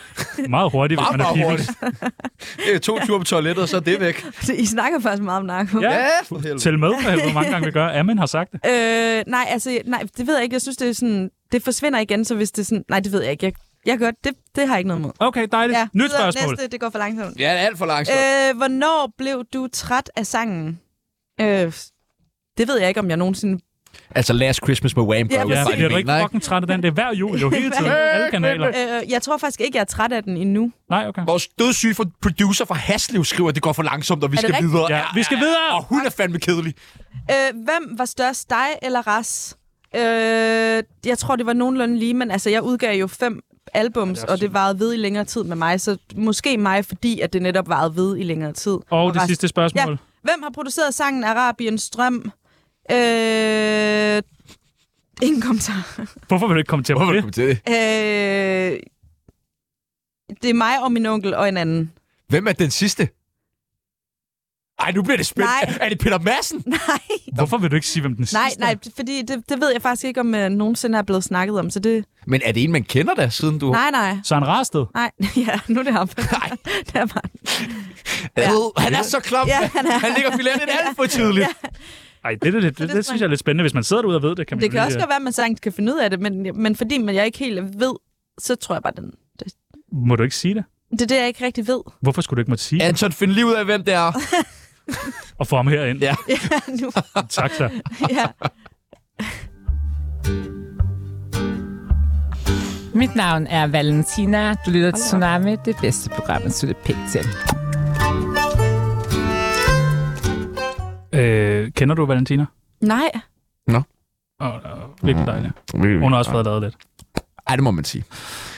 S3: meget hurtigt,
S1: hvis
S3: man er
S1: hurtigt. [LAUGHS] Det er to ture på toilettet, og så er det væk.
S5: [LAUGHS] I snakker faktisk meget om narko.
S1: helvede.
S3: Tæl med, hvor mange gange vi gør. Amen har sagt det.
S5: Øh, nej, altså, nej, det ved jeg ikke. Jeg synes, det er sådan, det forsvinder igen, så hvis det er sådan, nej, det ved jeg ikke. Jeg, jeg gør, det, det har jeg ikke noget imod.
S3: Okay, dejligt.
S5: Ja,
S3: Nyt
S5: videre.
S3: spørgsmål.
S5: Næste, det går for langsomt.
S1: Ja, det er alt for langsomt.
S5: Øh, hvornår blev du træt af sangen? Øh, det ved jeg ikke, om jeg nogensinde...
S1: Altså Last Christmas med Wham!
S5: Øh. Ja, præcis.
S3: bliver du ikke fucking træt af den? Det er hver jul, jo hele
S5: [LAUGHS]
S3: tiden. Alle kanaler.
S5: Øh, jeg tror faktisk ikke, jeg er træt af den endnu.
S3: Nej, okay.
S1: Vores dødssyge for- producer fra Haslev skriver, at det går for langsomt, og vi
S5: Er det
S1: skal
S5: rigtigt?
S1: videre.
S5: Ja,
S3: vi skal videre!
S1: Og hun er fandme kedelig.
S5: Øh, hvem var størst, dig eller Ras? Øh, jeg tror, det var nogenlunde lige, men altså, jeg udgav jo fem albums, og det varede ved i længere tid med mig, så måske mig, fordi at det netop varede ved i længere tid.
S3: Og det
S5: Ras-
S3: sidste spørgsmål.
S5: Ja. Hvem har produceret sangen Arabiens Strøm? Øh, ingen kommentar.
S3: Hvorfor vil du ikke komme til at
S1: Hvorfor til det?
S5: Øh, det er mig og min onkel og en anden.
S1: Hvem er den sidste? Ej, nu bliver det spændende.
S5: Nej.
S1: Er det Peter Madsen?
S3: Hvorfor vil du ikke sige, hvem den sidste
S5: Nej, nej, fordi det, det ved jeg faktisk ikke, om jeg nogensinde er blevet snakket om, så det...
S1: Men er det en, man kender da, siden du...
S5: Nej, nej.
S3: Søren Rasted.
S5: Nej, [LAUGHS] ja, nu er det ham. Nej. [LAUGHS] det er bare...
S1: Ja. Han er så klam.
S5: Ja, han er.
S1: Han ligger filetten alt for tidligt.
S3: Ej, det, det, det, det, det synes jeg er lidt spændende. Hvis man sidder derude og ved det, kan man
S5: Det kan
S3: jo
S5: også
S3: lige, øh,
S5: godt være, at man sagtens kan finde ud af det, men, men fordi man jeg ikke helt ved, så tror jeg bare, den... Det,
S3: Må du ikke sige det?
S5: det er det, jeg ikke rigtig ved.
S3: Hvorfor skulle du ikke måtte sige det?
S1: Anton, find lige ud af, hvem det er.
S3: Og få ham herind.
S1: Ja.
S5: Ja, nu.
S3: [LAUGHS] Tak så.
S5: ja.
S12: Mit navn er Valentina. Du lytter til Tsunami, det bedste program, at slutte pænt til.
S3: Øh, kender du Valentina?
S5: Nej.
S3: Åh, oh, virkelig dejlig.
S1: virkelig
S3: Hun har også
S1: dejlig.
S3: fået lavet lidt.
S1: Ej, det må man sige.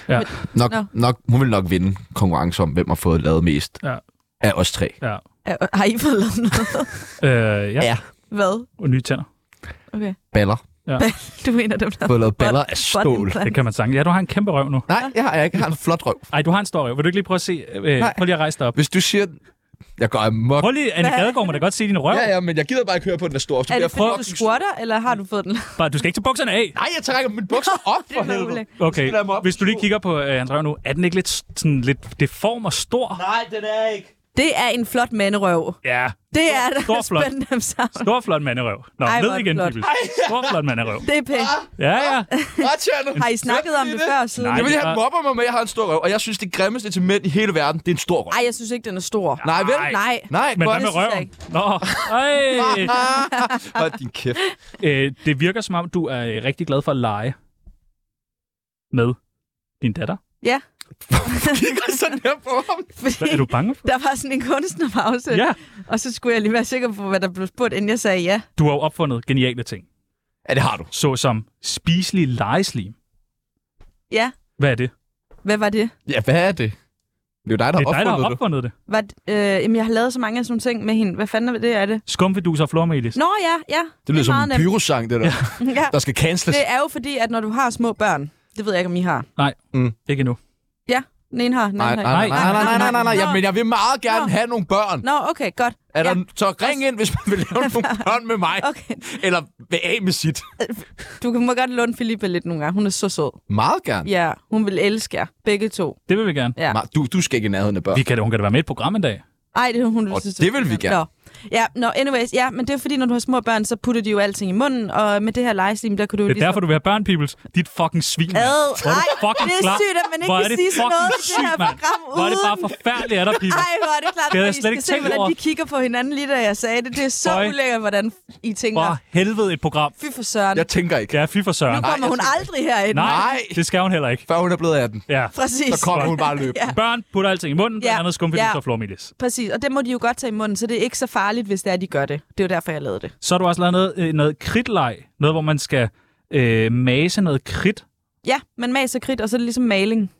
S3: Ja.
S1: Nok,
S5: Nå.
S1: nok, hun vil nok vinde konkurrence om, hvem har fået lavet mest
S3: Ja.
S1: af os tre.
S3: Ja.
S5: Er- Øh, Har I fået lavet noget? [LAUGHS]
S3: Øh, ja.
S1: Ja.
S5: Hvad?
S3: Og nye tænder.
S5: Okay. [LAUGHS]
S1: Baller.
S3: Ja.
S5: Du er en af dem, der...
S1: Fået lavet baller af
S5: Bot-
S1: stål.
S5: bottom
S3: Det kan man sange. Ja, du har en kæmpe røv nu.
S1: Nej, jeg har jeg ikke. Jeg har en flot røv.
S3: Ej, du har en stor røv. Vil du ikke lige prøve at se? Øh,
S1: Nej.
S3: prøv lige at rejse dig op.
S1: Hvis du siger... Jeg går amok.
S3: Prøv lige, Anne Gadegaard må da godt se din røv.
S1: Ja, ja, men jeg gider bare ikke høre på, at den er stor. Så
S5: Er
S1: bliver
S5: det
S1: jeg
S5: fordi, du
S1: fucking-
S5: squatter, eller har du fået den lavet?
S3: Bare, du skal ikke tage bukserne af.
S1: Nej, jeg trækker min bukser op for
S5: [LAUGHS] Det er
S1: helvede.
S5: ulækkert.
S3: Okay,
S1: Stiller dem op.
S3: hvis du lige kigger på øh, hans røv nu, er den ikke lidt, sådan, lidt deform og stor?
S13: Nej, det er ikke.
S5: Det er en flot manderøv.
S3: Ja,
S5: Det er da
S3: Stor flot.
S5: spændt dem sammen.
S3: stor flot manderøv. Nå,
S5: Ej, hvor er
S3: ned
S5: det
S3: igen,
S5: flot.
S3: Pibels. Stor flot manderøv.
S5: Det er pænt.
S3: Ja, ja.
S1: Retjerne.
S5: Har I snakket om det før og siden?
S3: Nej.
S1: Jeg vil
S3: det
S1: have
S3: var-
S1: mobber mig med, at jeg har en stor røv, og jeg synes, det grimmeste til mænd i hele verden, det er en stor røv.
S5: Ej, jeg synes ikke, den er stor.
S1: Nej, vel?
S5: Nej.
S1: Nej,
S3: Men
S1: godt.
S3: hvad med
S5: synes jeg
S3: røven?
S5: ikke.
S3: Nå, ej.
S1: [LAUGHS] Hold din
S5: [LAUGHS]
S1: kæft.
S3: Øh, det virker som om, du er øh, rigtig glad for at lege med din datter.
S5: Ja,
S1: Kigger sådan her på ham.
S3: Hvad er
S5: fordi
S3: du bange for?
S5: [LAUGHS] der var sådan en kunstnerpause,
S3: Ja,
S5: og så skulle jeg lige være sikker på, hvad der blev spurgt, inden jeg sagde ja.
S3: du har jo opfundet geniale ting,
S1: Ja, det har du.
S3: såsom spiselig legeslim.
S5: Ja,
S3: Hvad er det?
S5: hvad var det?
S1: Ja, hvad er det? Det er jo dig, der
S3: Det
S1: har
S3: er dig, der
S1: opfundet
S3: har
S1: det.
S3: opfundet det.
S5: var det øh, jamen, jeg har lavet så mange af sådan nogle ting med hende. Hvad fanden er det? Er det?
S3: Skumfiduser og flormelis.
S5: Nå ja, ja.
S1: Det lyder
S5: er
S1: som
S5: meget
S1: en pyrosang, det der.
S5: nemt. ja.
S1: Der skal canceles.
S5: Det er jo fordi, at når du har små børn, det ved jeg ikke, om I har.
S3: Nej,
S1: Mm.
S3: ikke endnu.
S5: Ja, den ene har, den
S1: Nej,
S5: anden
S1: nej,
S5: har
S1: nej,
S5: ikke.
S1: nej, nej, nej, nej, nej, nej.
S5: Nå.
S1: Jamen, jeg vil meget gerne
S5: Nå.
S1: have nogle børn.
S5: Nå, okay, godt.
S1: Er der,
S5: Ja.
S1: så ring ind, hvis man vil
S5: [LAUGHS]
S1: lave nogle børn med mig.
S5: Okay,
S1: Eller vil af med sit.
S5: du kan- må godt låne Filippa lidt nogle gange. Hun er så sød.
S1: Meget gerne.
S5: Ja, hun vil elske jer. Begge to.
S3: Det vil vi gerne.
S5: Ja.
S1: Ma- Du, du skal ikke i nærheden af børn.
S3: Vi kan, da- hun kan da være med i et program en dag.
S5: Ej, det, hun
S1: Og
S5: synes,
S1: det vil vi gerne.
S5: Nå. Ja, no, anyways, ja, men det er fordi, når du har små børn, så putter de jo alting i munden, og med det her legeslim, der kunne du jo
S3: Det er
S5: ligesom...
S3: derfor, du vil have børn, Peoples. Dit fucking svin. mand.
S5: Ad,
S3: Hvor er
S5: ej,
S3: du fucking
S5: det er
S3: klar?
S5: sygt, at man ikke
S3: Hvor er
S5: kan
S3: det
S5: sige sådan
S3: fucking
S5: noget til det
S3: sygt,
S5: her
S3: mand.
S5: program
S3: Hvor er det bare
S5: uden.
S3: forfærdeligt af dig, Peoples.
S5: Ej, hvor er det klart,
S3: Det havde
S5: at
S3: jeg slet
S5: I skal
S3: ikke
S5: se,
S3: tænkt
S5: hvordan
S3: over.
S5: de kigger på hinanden lige da jeg sagde det. Det er så
S3: Føj.
S5: ulækkert, hvordan I tænker.
S3: For helvede et program.
S5: Fy for søren.
S1: Jeg tænker ikke.
S3: Ja, fy for søren.
S5: Nu kommer hun aldrig herind.
S3: Nej,
S1: Nej.
S3: det skal hun heller ikke.
S1: Før hun er blevet 18,
S3: Ja.
S5: Præcis.
S1: så kommer hun bare løb.
S5: Ja.
S3: Børn putter alting i munden, blandt
S5: Ja.
S3: andet skumfiduser
S5: Ja.
S3: og flormelis.
S5: Præcis, og det må de jo godt tage i munden, så det er ikke så farligt, hvis det er, de gør det. Det er jo derfor, jeg lavede det.
S3: Så har du også lavet noget, øh, noget kridtlej. Noget, hvor man skal øh, mase noget kridt.
S5: Ja, man maser kridt, og så er det ligesom maling.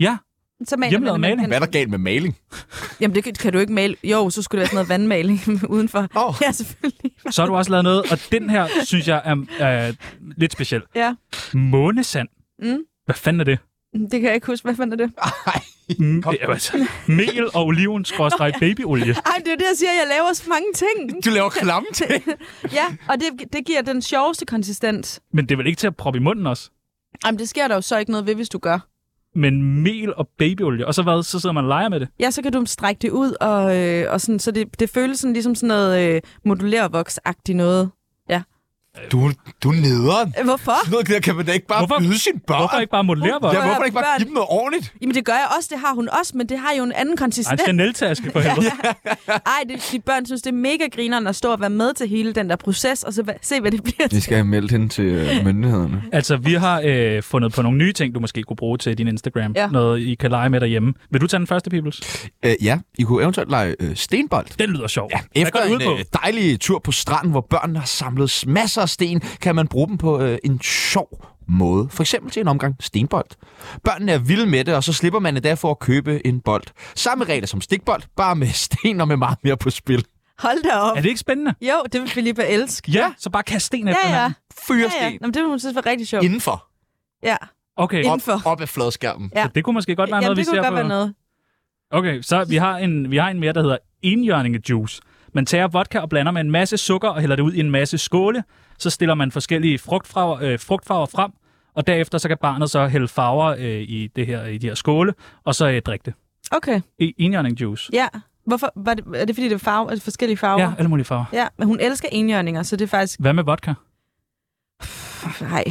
S3: Ja,
S5: Så maler
S3: Hjemmelavet
S5: man,
S3: maling?
S1: Hvad er der galt med maling?
S5: Jamen, det kan- kan du ikke male. Jo, så skulle det være sådan noget vandmaling [LAUGHS] udenfor.
S1: Åh.
S5: Ja, selvfølgelig.
S3: så har du også lavet noget, og den her, synes jeg, er øh, lidt speciel.
S5: Ja.
S3: Månesand.
S5: Mm.
S3: Hvad fanden er det?
S5: Det kan jeg ikke huske. Hvad fanden er det?
S3: Mm, det er altså mel og oliven,
S5: [LAUGHS]
S3: skråstrej babyolie.
S5: Ej, det er jo det, jeg siger. Jeg laver så mange ting.
S3: Du laver klamme
S5: ting? ja, og det, det giver den sjoveste konsistens.
S3: Men det er vel ikke til at proppe i munden også?
S5: Jamen, det sker der jo så ikke noget ved, hvis du gør.
S3: Men mel og babyolie, og så hvad? Så sidder man og leger med det.
S5: Ja, så kan du strække det ud, og, øh, og sådan, så det, det føles sådan, ligesom sådan noget øh, modulærvoksagtigt noget. Ja.
S1: [LAUGHS] Du, du er nederen.
S5: Øh, Hvorfor?
S1: Sådan noget der kan man da ikke bare
S3: Hvorfor-
S1: byde sin børn.
S3: hvorfor ikke bare modellere børn?
S1: Ja, hvorfor ikke bare
S5: Børn.
S1: give dem noget ordentligt?
S5: [LAUGHS] Jamen, det gør jeg også. Det har hun også, men det har jo en anden
S3: Ej, en
S5: konsistens.
S3: Chanel-taske for helvede.
S5: Ej, det, de børn synes, det er mega grineren at stå og være med til hele den der proces, og så hva- se, hvad det bliver
S1: Vi skal have meldt hende til
S3: [LAUGHS]
S1: øh, myndighederne.
S3: Altså, vi har øh, fundet på nogle nye ting, du måske kunne bruge til din Instagram.
S5: Ja.
S3: Noget, I kan lege med derhjemme. Vil du tage den første, Peoples?
S1: Øh, ja, I kunne eventuelt lege øh, stenbold.
S3: Den lyder sjov. Ja,
S1: Efter en øh, dejlig tur på stranden, hvor børnene har samlet s- masser af sten, kan man bruge dem på øh, en sjov måde. For eksempel til en omgang stenbold. Børnene er vilde med det, og så slipper man endda for at købe en bold. Samme regler som stikbold, bare med [LAUGHS] sten og med meget mere på spil.
S5: [LAUGHS] Hold da op.
S3: Er det ikke spændende?
S5: Jo, det vil Filippa elske.
S3: Ja, så bare kast sten efter
S5: ja, ja.
S3: hinanden.
S1: Fyresten.
S5: Ja, ja. Nå, men det vil hun synes var rigtig sjovt.
S1: Indenfor.
S5: Ja.
S3: Okay.
S5: Indenfor.
S1: Op af fladskærmen.
S5: Ja.
S3: Så det kunne måske godt være
S5: Jamen,
S3: noget, vi
S5: det kunne
S3: ser
S5: godt
S3: på.
S5: være noget.
S3: Okay, så vi har en, vi har en mere, der hedder enhjørningejuice. Man tager vodka og blander med en masse sukker og hælder det ud i en masse skåle. Så stiller man forskellige frugtfarver, øh, frugtfarver frem, og derefter så kan barnet så hælde farver øh, i, det her, i de her skåle, og så øh, drikke det.
S5: Okay,
S3: E- enhjørningejuice.
S5: ja. Hvorfor? Var det, er det fordi, det er, farve, er det forskellige farver?
S3: Ja, alle mulige farver.
S5: ja, men hun elsker enhjørninger, så det er faktisk...
S3: Hvad med vodka?
S5: Nej,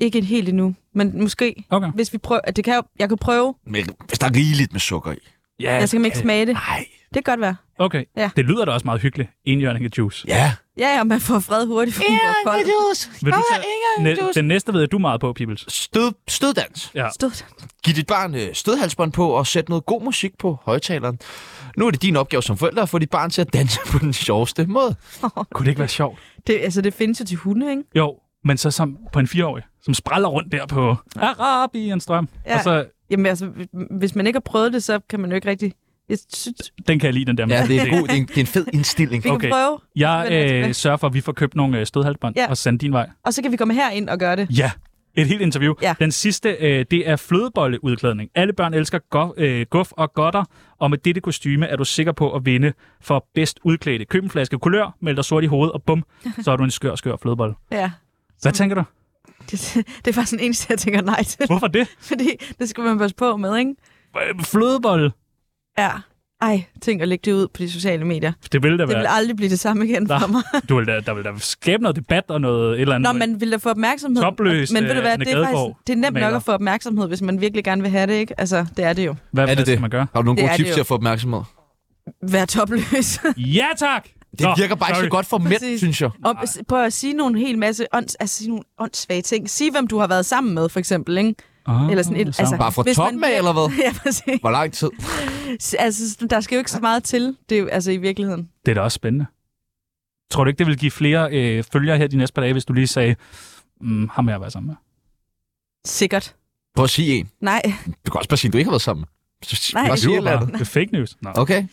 S5: ikke helt endnu. Men måske,
S3: okay.
S5: hvis vi prøver... Det kan jeg, jo- jeg kan prøve.
S1: Men hvis der er rigeligt med sukker i.
S3: Ja,
S5: jeg skal ikke
S3: ja.
S5: smage det. Nej. Det kan godt være.
S3: Okay,
S5: Ja.
S3: ja. det lyder da også meget hyggeligt. Enhjørningejuice.
S1: Ja.
S5: Ja, ja, man får fred hurtigt. Enhjørningejuice.
S3: Vil du tage... Næ- den næste ved jeg, du er meget på, Peoples.
S1: Stød, støddans.
S3: Ja.
S1: Giv dit barn øh, stødhalsbånd på og sæt noget god musik på højtaleren. Nu er det din opgave som forælder at få dit barn til at danse [LAUGHS] på den sjoveste måde.
S3: Kunne det ikke være sjovt?
S5: Det, altså, det findes jo til hunde, ikke?
S3: Jo, men så som, på en fireårig, som spræller rundt der på Arabiens strøm. Ja. Og så,
S5: Jamen altså, hv- hvis man ikke har prøvet det, så kan man jo ikke rigtig... Jeg synes,
S3: den kan jeg lide, den der. med.
S1: Ja, det er, en god, det, er en, det er en fed indstilling.
S5: Vi kan prøve.
S3: Jeg
S5: Vend dig
S3: øh,
S5: tilbage.
S3: sørger for, at vi får købt nogle øh, stødhalsbånd
S5: Ja.
S3: ja. og sendt din vej.
S5: og så kan vi komme herind og gøre det.
S3: Ja, et helt interview. Ja. Den sidste, øh, det er flødebolleudklædning. Alle børn elsker go- øh, guf og godter, og med dette kostyme er du sikker på at vinde for bedst udklædte. Køb en flaske kulør, meld dig sort i hovedet, og [LAUGHS] bum, så er du en skør, skør flødebolle.
S5: Ja.
S3: Hvad tænker du?
S5: Det, [LAUGHS] det er faktisk den eneste, jeg tænker nej til. [LAUGHS]
S3: Hvorfor det?
S5: Fordi det skal man passe på med, ikke?
S3: Øh, Flødebolle.
S5: Ja. Ej, tænk at lægge det ud på de sociale medier.
S3: Det ville da
S5: Det
S3: være...
S5: vil aldrig blive det samme igen
S3: Nej.
S5: for mig.
S3: Du vil da, der vil da skabe noget debat og noget et eller andet.
S5: Nå, man vil da få opmærksomhed.
S3: Topløs,
S5: men ved du
S3: øh,
S5: hvad,
S3: Anne
S5: det er,
S3: Gadegaard
S5: faktisk, det er nemt nok
S3: maler.
S5: at få opmærksomhed, hvis man virkelig gerne vil have det, ikke? Altså, det er det jo.
S3: Hvad,
S1: er
S3: hvad
S1: det
S3: skal
S1: det?
S3: man gøre?
S1: Har du nogle
S5: Det
S1: gode
S5: er det
S1: tips
S5: jo.
S1: til at få opmærksomhed?
S5: Vær topløs.
S3: Ja, tak!
S1: Det virker bare ikke så
S3: sorry.
S1: godt for mænd,
S5: Præcis.
S1: synes jeg.
S5: Og s- prøv at sige nogle hel masse ånds, altså sige nogle åndssvage ting. Sig, hvem du har været sammen med, for eksempel, ikke?
S1: Ah,
S5: eller sådan et, altså,
S1: Bare fra
S5: hvis man
S1: toppen af,
S5: bliver-
S1: eller hvad?
S5: [LAUGHS] ja, præcis.
S1: Hvor lang tid?
S5: S- Altså, der skal jo ikke så meget til, det er jo, altså i virkeligheden.
S3: Det er da også spændende. Tror du ikke, det vil give flere øh, følgere her de næste par dage, hvis du lige sagde, mm, ham har jeg været sammen med?
S5: Sikkert.
S1: Prøv at sige en.
S5: Nej. [LAUGHS]
S1: Du kan også bare sige, at du ikke har været sammen. Så
S5: Nej.
S1: bare sige et
S5: Lyver
S1: eller
S5: bare.
S1: andet.
S3: Det er fake news. Nå.
S1: Okay.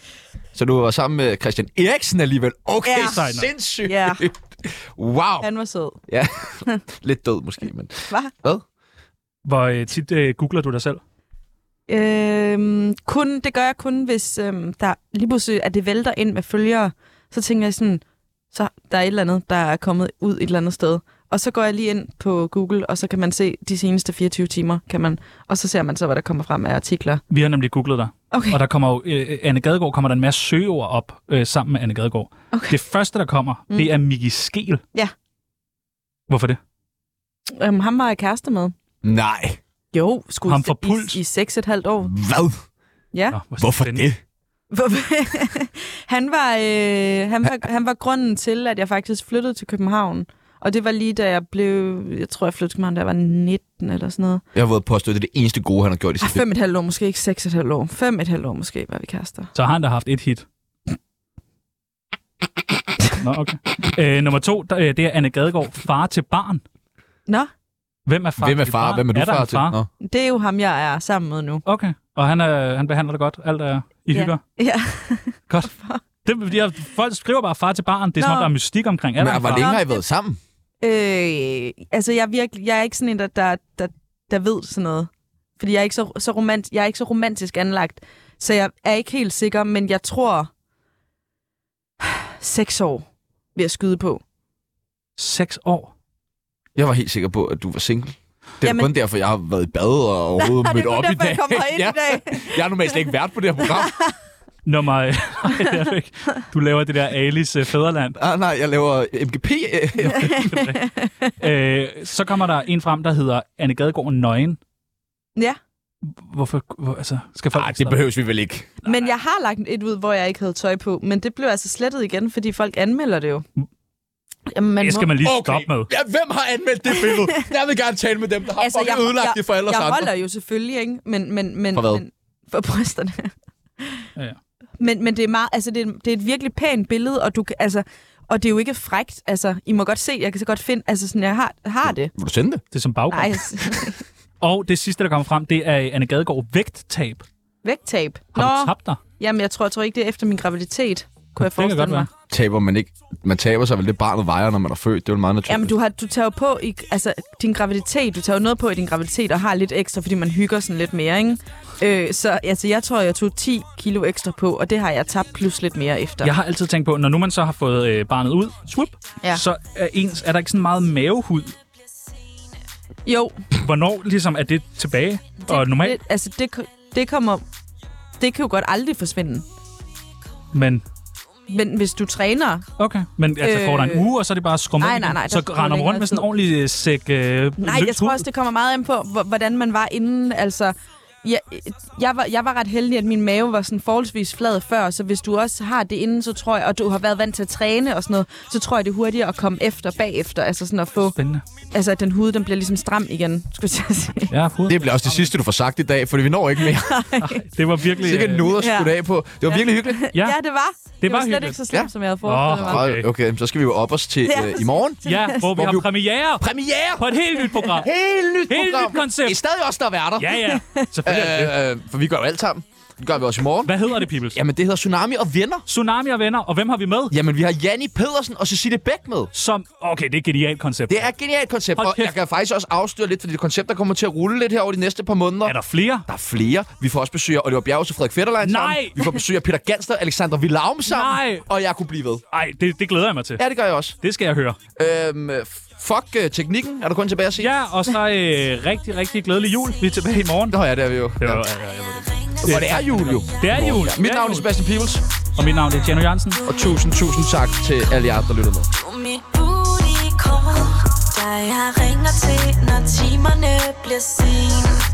S1: Så du var sammen med Christian Eriksen alligevel. Okay,
S5: Ja.
S1: ja. sindssygt.
S5: Ja.
S1: Wow.
S5: Han var sød.
S1: Ja, lidt død måske, men...
S5: Hva?
S1: Hvad?
S3: Hvor øh, tit øh, googler du dig selv?
S5: Øhm, kun, det gør jeg kun, hvis øhm, der lige pludselig at det vælter ind med følgere. Så tænker jeg sådan, så der er et eller andet, der er kommet ud et eller andet sted. Og så går jeg lige ind på Google, og så kan man se de seneste 24 timer, kan man, og så ser man så, hvad der kommer frem af artikler.
S3: Vi har nemlig googlet dig.
S5: Okay.
S3: Og der kommer jo, øh, Anne Gadegaard kommer der en masse søgeord op øh, sammen med Anne Gadegaard.
S5: Okay.
S3: Det første, der kommer,
S5: Mm.
S3: mm. det er Miki Skel.
S5: Ja.
S3: Hvorfor det?
S5: Øhm, ham var jeg kæreste med.
S1: Nej.
S5: Jo, sgu
S3: Ham fra
S5: i, i seks og et halvt år.
S1: Hvad?
S5: Ja. [LAUGHS]
S1: Hvorfor det?
S5: han, var, øh, han, var, han var grunden til, at jeg faktisk flyttede til København. Og det var lige da jeg blev, jeg tror jeg flyttede til København, da jeg var 19 eller sådan noget.
S1: Jeg har været påstået, at det er det eneste gode, han har gjort i
S5: Ej,
S1: sit liv.
S5: fem et halvt år måske, ikke seks et halvt år. Fem et halvt år måske var vi kærester.
S3: Så har han da haft et hit. Nå, okay. Øh, nummer to, der, øh, det er Anne Gadegaard, far til barn.
S5: Nå,
S3: Hvem er far
S1: Hvem er
S3: til
S1: far?
S3: barn?
S1: Hvem er du
S3: er der
S1: far
S3: en
S1: til? Nå.
S5: det er jo ham, jeg er sammen med nu.
S3: Okay. Og han, er, han behandler det godt. Alt er i
S5: Ja.
S3: hygger.
S5: [LAUGHS] Ja.
S3: Godt. Det, de her, folk skriver bare far til barn. Det er som
S5: Nå.
S3: om, der er mystik omkring. Er der
S1: Men
S3: en
S1: hvor
S3: far?
S1: længe har I været sammen?
S5: Øh, altså, jeg er, virkelig, jeg er ikke sådan en, der, der, der, der ved sådan noget. Fordi jeg er ikke så, så, romant, jeg er ikke så romantisk anlagt. Så jeg er ikke helt sikker, men jeg tror... [SIGHS] 6 år vil jeg skyde på.
S3: 6 år?
S1: Jeg var helt sikker på, at du var single. Det er
S5: Jamen-
S1: Jamen... kun derfor, jeg har været i bad
S5: [LAUGHS]
S1: og overhovedet mødt op i dag.
S5: jeg kom herind
S1: [LAUGHS] Ja.
S5: i dag.
S1: Jeg er normalt slet ikke vært på det her
S5: [LAUGHS]
S1: program.
S3: Nummer... [LAUGHS] Nej, det er du ikke. Du laver det der Alice øh, Fæderland.
S1: Ah, nej, jeg laver MGP.
S3: øh, så kommer der en frem, der hedder Anne Gadegaard Nøgen.
S5: Ja,
S3: Hvorfor? Hvor, altså, skal folk
S1: Nej, det behøves vi vel ikke.
S5: men jeg har lagt et ud, hvor jeg ikke havde tøj på, men det blev altså slettet igen, fordi folk anmelder det jo. Jamen,
S1: Det skal man lige
S5: okay.
S1: stoppe med. Ja, hvem har anmeldt det billede? Jeg vil gerne tale med dem, der har altså, fucking ødelagt det for alle os
S5: jeg, jeg
S1: andre.
S5: holder jo selvfølgelig, ikke? Men, men, men,
S1: For hvad?
S5: Men, for brysterne.
S3: Ja, ja.
S5: Men, men det, er meget, altså det, er, det er et virkelig pænt billede, og, du, kan- altså, og det er jo ikke frægt. Altså, I må godt se, jeg kan så godt finde, altså sådan, jeg har, har det.
S1: Vil du sende det?
S3: Det er som baggrund.
S5: Nej,
S3: Nej. Og det sidste, der kommer frem, det er Anne Gadegaard vægttab.
S5: [LAUGHS] vægttab.
S3: Har du tabt dig?
S5: Jamen, jeg tror, jeg tror ikke, det er efter min graviditet, kunne jeg
S1: Det kan
S5: forestille mig.
S1: Taber man ikke... Man taber sig vel det barnet vejer, når man er født. Det er jo meget naturligt.
S5: Jamen, du, har, du tager jo på i, altså, din graviditet, du tager jo noget på i din graviditet og har lidt ekstra, fordi man hygger sådan lidt mere, ikke? Øh, så altså, jeg tror, jeg tog 10 kilo ekstra på, og det har jeg tabt plus lidt mere efter.
S3: Jeg har altid tænkt på, når nu man så har fået øh, barnet ud, swoop,
S5: Ja.
S3: ja. så er, ens, er der ikke sådan meget mavehud.
S5: Jo.
S3: Hvornår ligesom er det tilbage? Det, og normalt,
S5: Det, altså, det, ko- det kommer... Det kan jo godt aldrig forsvinde.
S3: men,
S5: Men hvis du træner...
S3: Okay. men altså, øh, går der en uge, og så er det bare skrummet
S5: nej,
S3: igen?
S5: nej, nej, der
S3: Så
S5: går
S3: render man
S5: længere
S3: rundt med sådan en
S5: tid.
S3: ordentlig øh, sæk øh,
S5: Nej, jeg tror også, det kommer meget an på, hvor- hvordan man var inden. Altså, jeg, jeg, var, jeg var ret heldig, at min mave var sådan forholdsvis flad før, så hvis du også har det inden, så tror jeg, og du har været vant til at træne og sådan noget, så tror jeg, det er hurtigere at komme efter bagefter. Altså sådan at få...
S3: Spændende.
S5: Altså, at den hud, den bliver ligesom stram igen, skulle jeg sige.
S3: Ja,
S1: det bliver også det sidste, du får sagt i dag, fordi vi når
S5: [LAUGHS]
S1: ikke mere.
S3: det var virkelig...
S1: Sikkert noget at skulle
S5: Ja.
S1: af på. Det var virkelig
S5: [LAUGHS]
S1: hyggeligt.
S5: Ja, ja det var. Det,
S1: var
S5: var, slet
S1: hyggeligt.
S5: ikke så slemt,
S1: Ja.
S5: som jeg havde forestillet mig.
S1: Okay. okay, så skal vi jo op os til
S5: Ja.
S1: øh, i morgen.
S3: Ja, hvor vi har premiere.
S1: Premiere!
S3: På et helt nyt program.
S1: Helt nyt
S3: Helt
S1: program.
S3: nyt koncept.
S1: Det er stadig os, der er værter.
S3: Ja, ja. Selvfølgelig
S1: øh, øh, for vi gør jo alt sammen. Det gør vi også i morgen.
S3: Hvad hedder det, Pibels?
S1: Jamen, det hedder Tsunami og Venner.
S3: Tsunami og Venner. Og hvem har vi med?
S1: Jamen, vi har Janni Pedersen og Cecilie Bæk med.
S3: Som, okay, det er et genialt koncept.
S1: Det er et genialt koncept, og jeg kan faktisk også afsløre lidt, fordi det koncept, der kommer til at rulle lidt her over de næste par måneder. Er
S3: der flere?
S1: Der er flere. Vi får også besøg af Oliver Bjerg og Frederik Fetterlein
S3: Nej!
S1: sammen. Vi får besøg af Peter Ganster, Alexander Villaum sammen.
S3: Nej!
S1: Og jeg kunne blive ved.
S3: Ej, det, det glæder jeg mig til.
S1: Ja, det gør jeg også.
S3: Det skal jeg høre.
S1: Øhm, øh, fuck øh, teknikken. Er du kun tilbage at sige?
S3: Ja, og så øh, rigtig, rigtig glædelig jul. Vi er tilbage i morgen.
S1: Nå ja, det er vi jo.
S3: Ja. Ja, ja,
S1: Og det er jul jo.
S3: Det er jul.
S1: Ja, mit navn er Sebastian Peebles.
S3: Og mit navn er Tjerno Jørgensen.
S1: Og tusind, tusind tak til alle jer, der lytter med.
S9: Du er mit bud i kort, der jeg ringer til, når timerne bliver sent.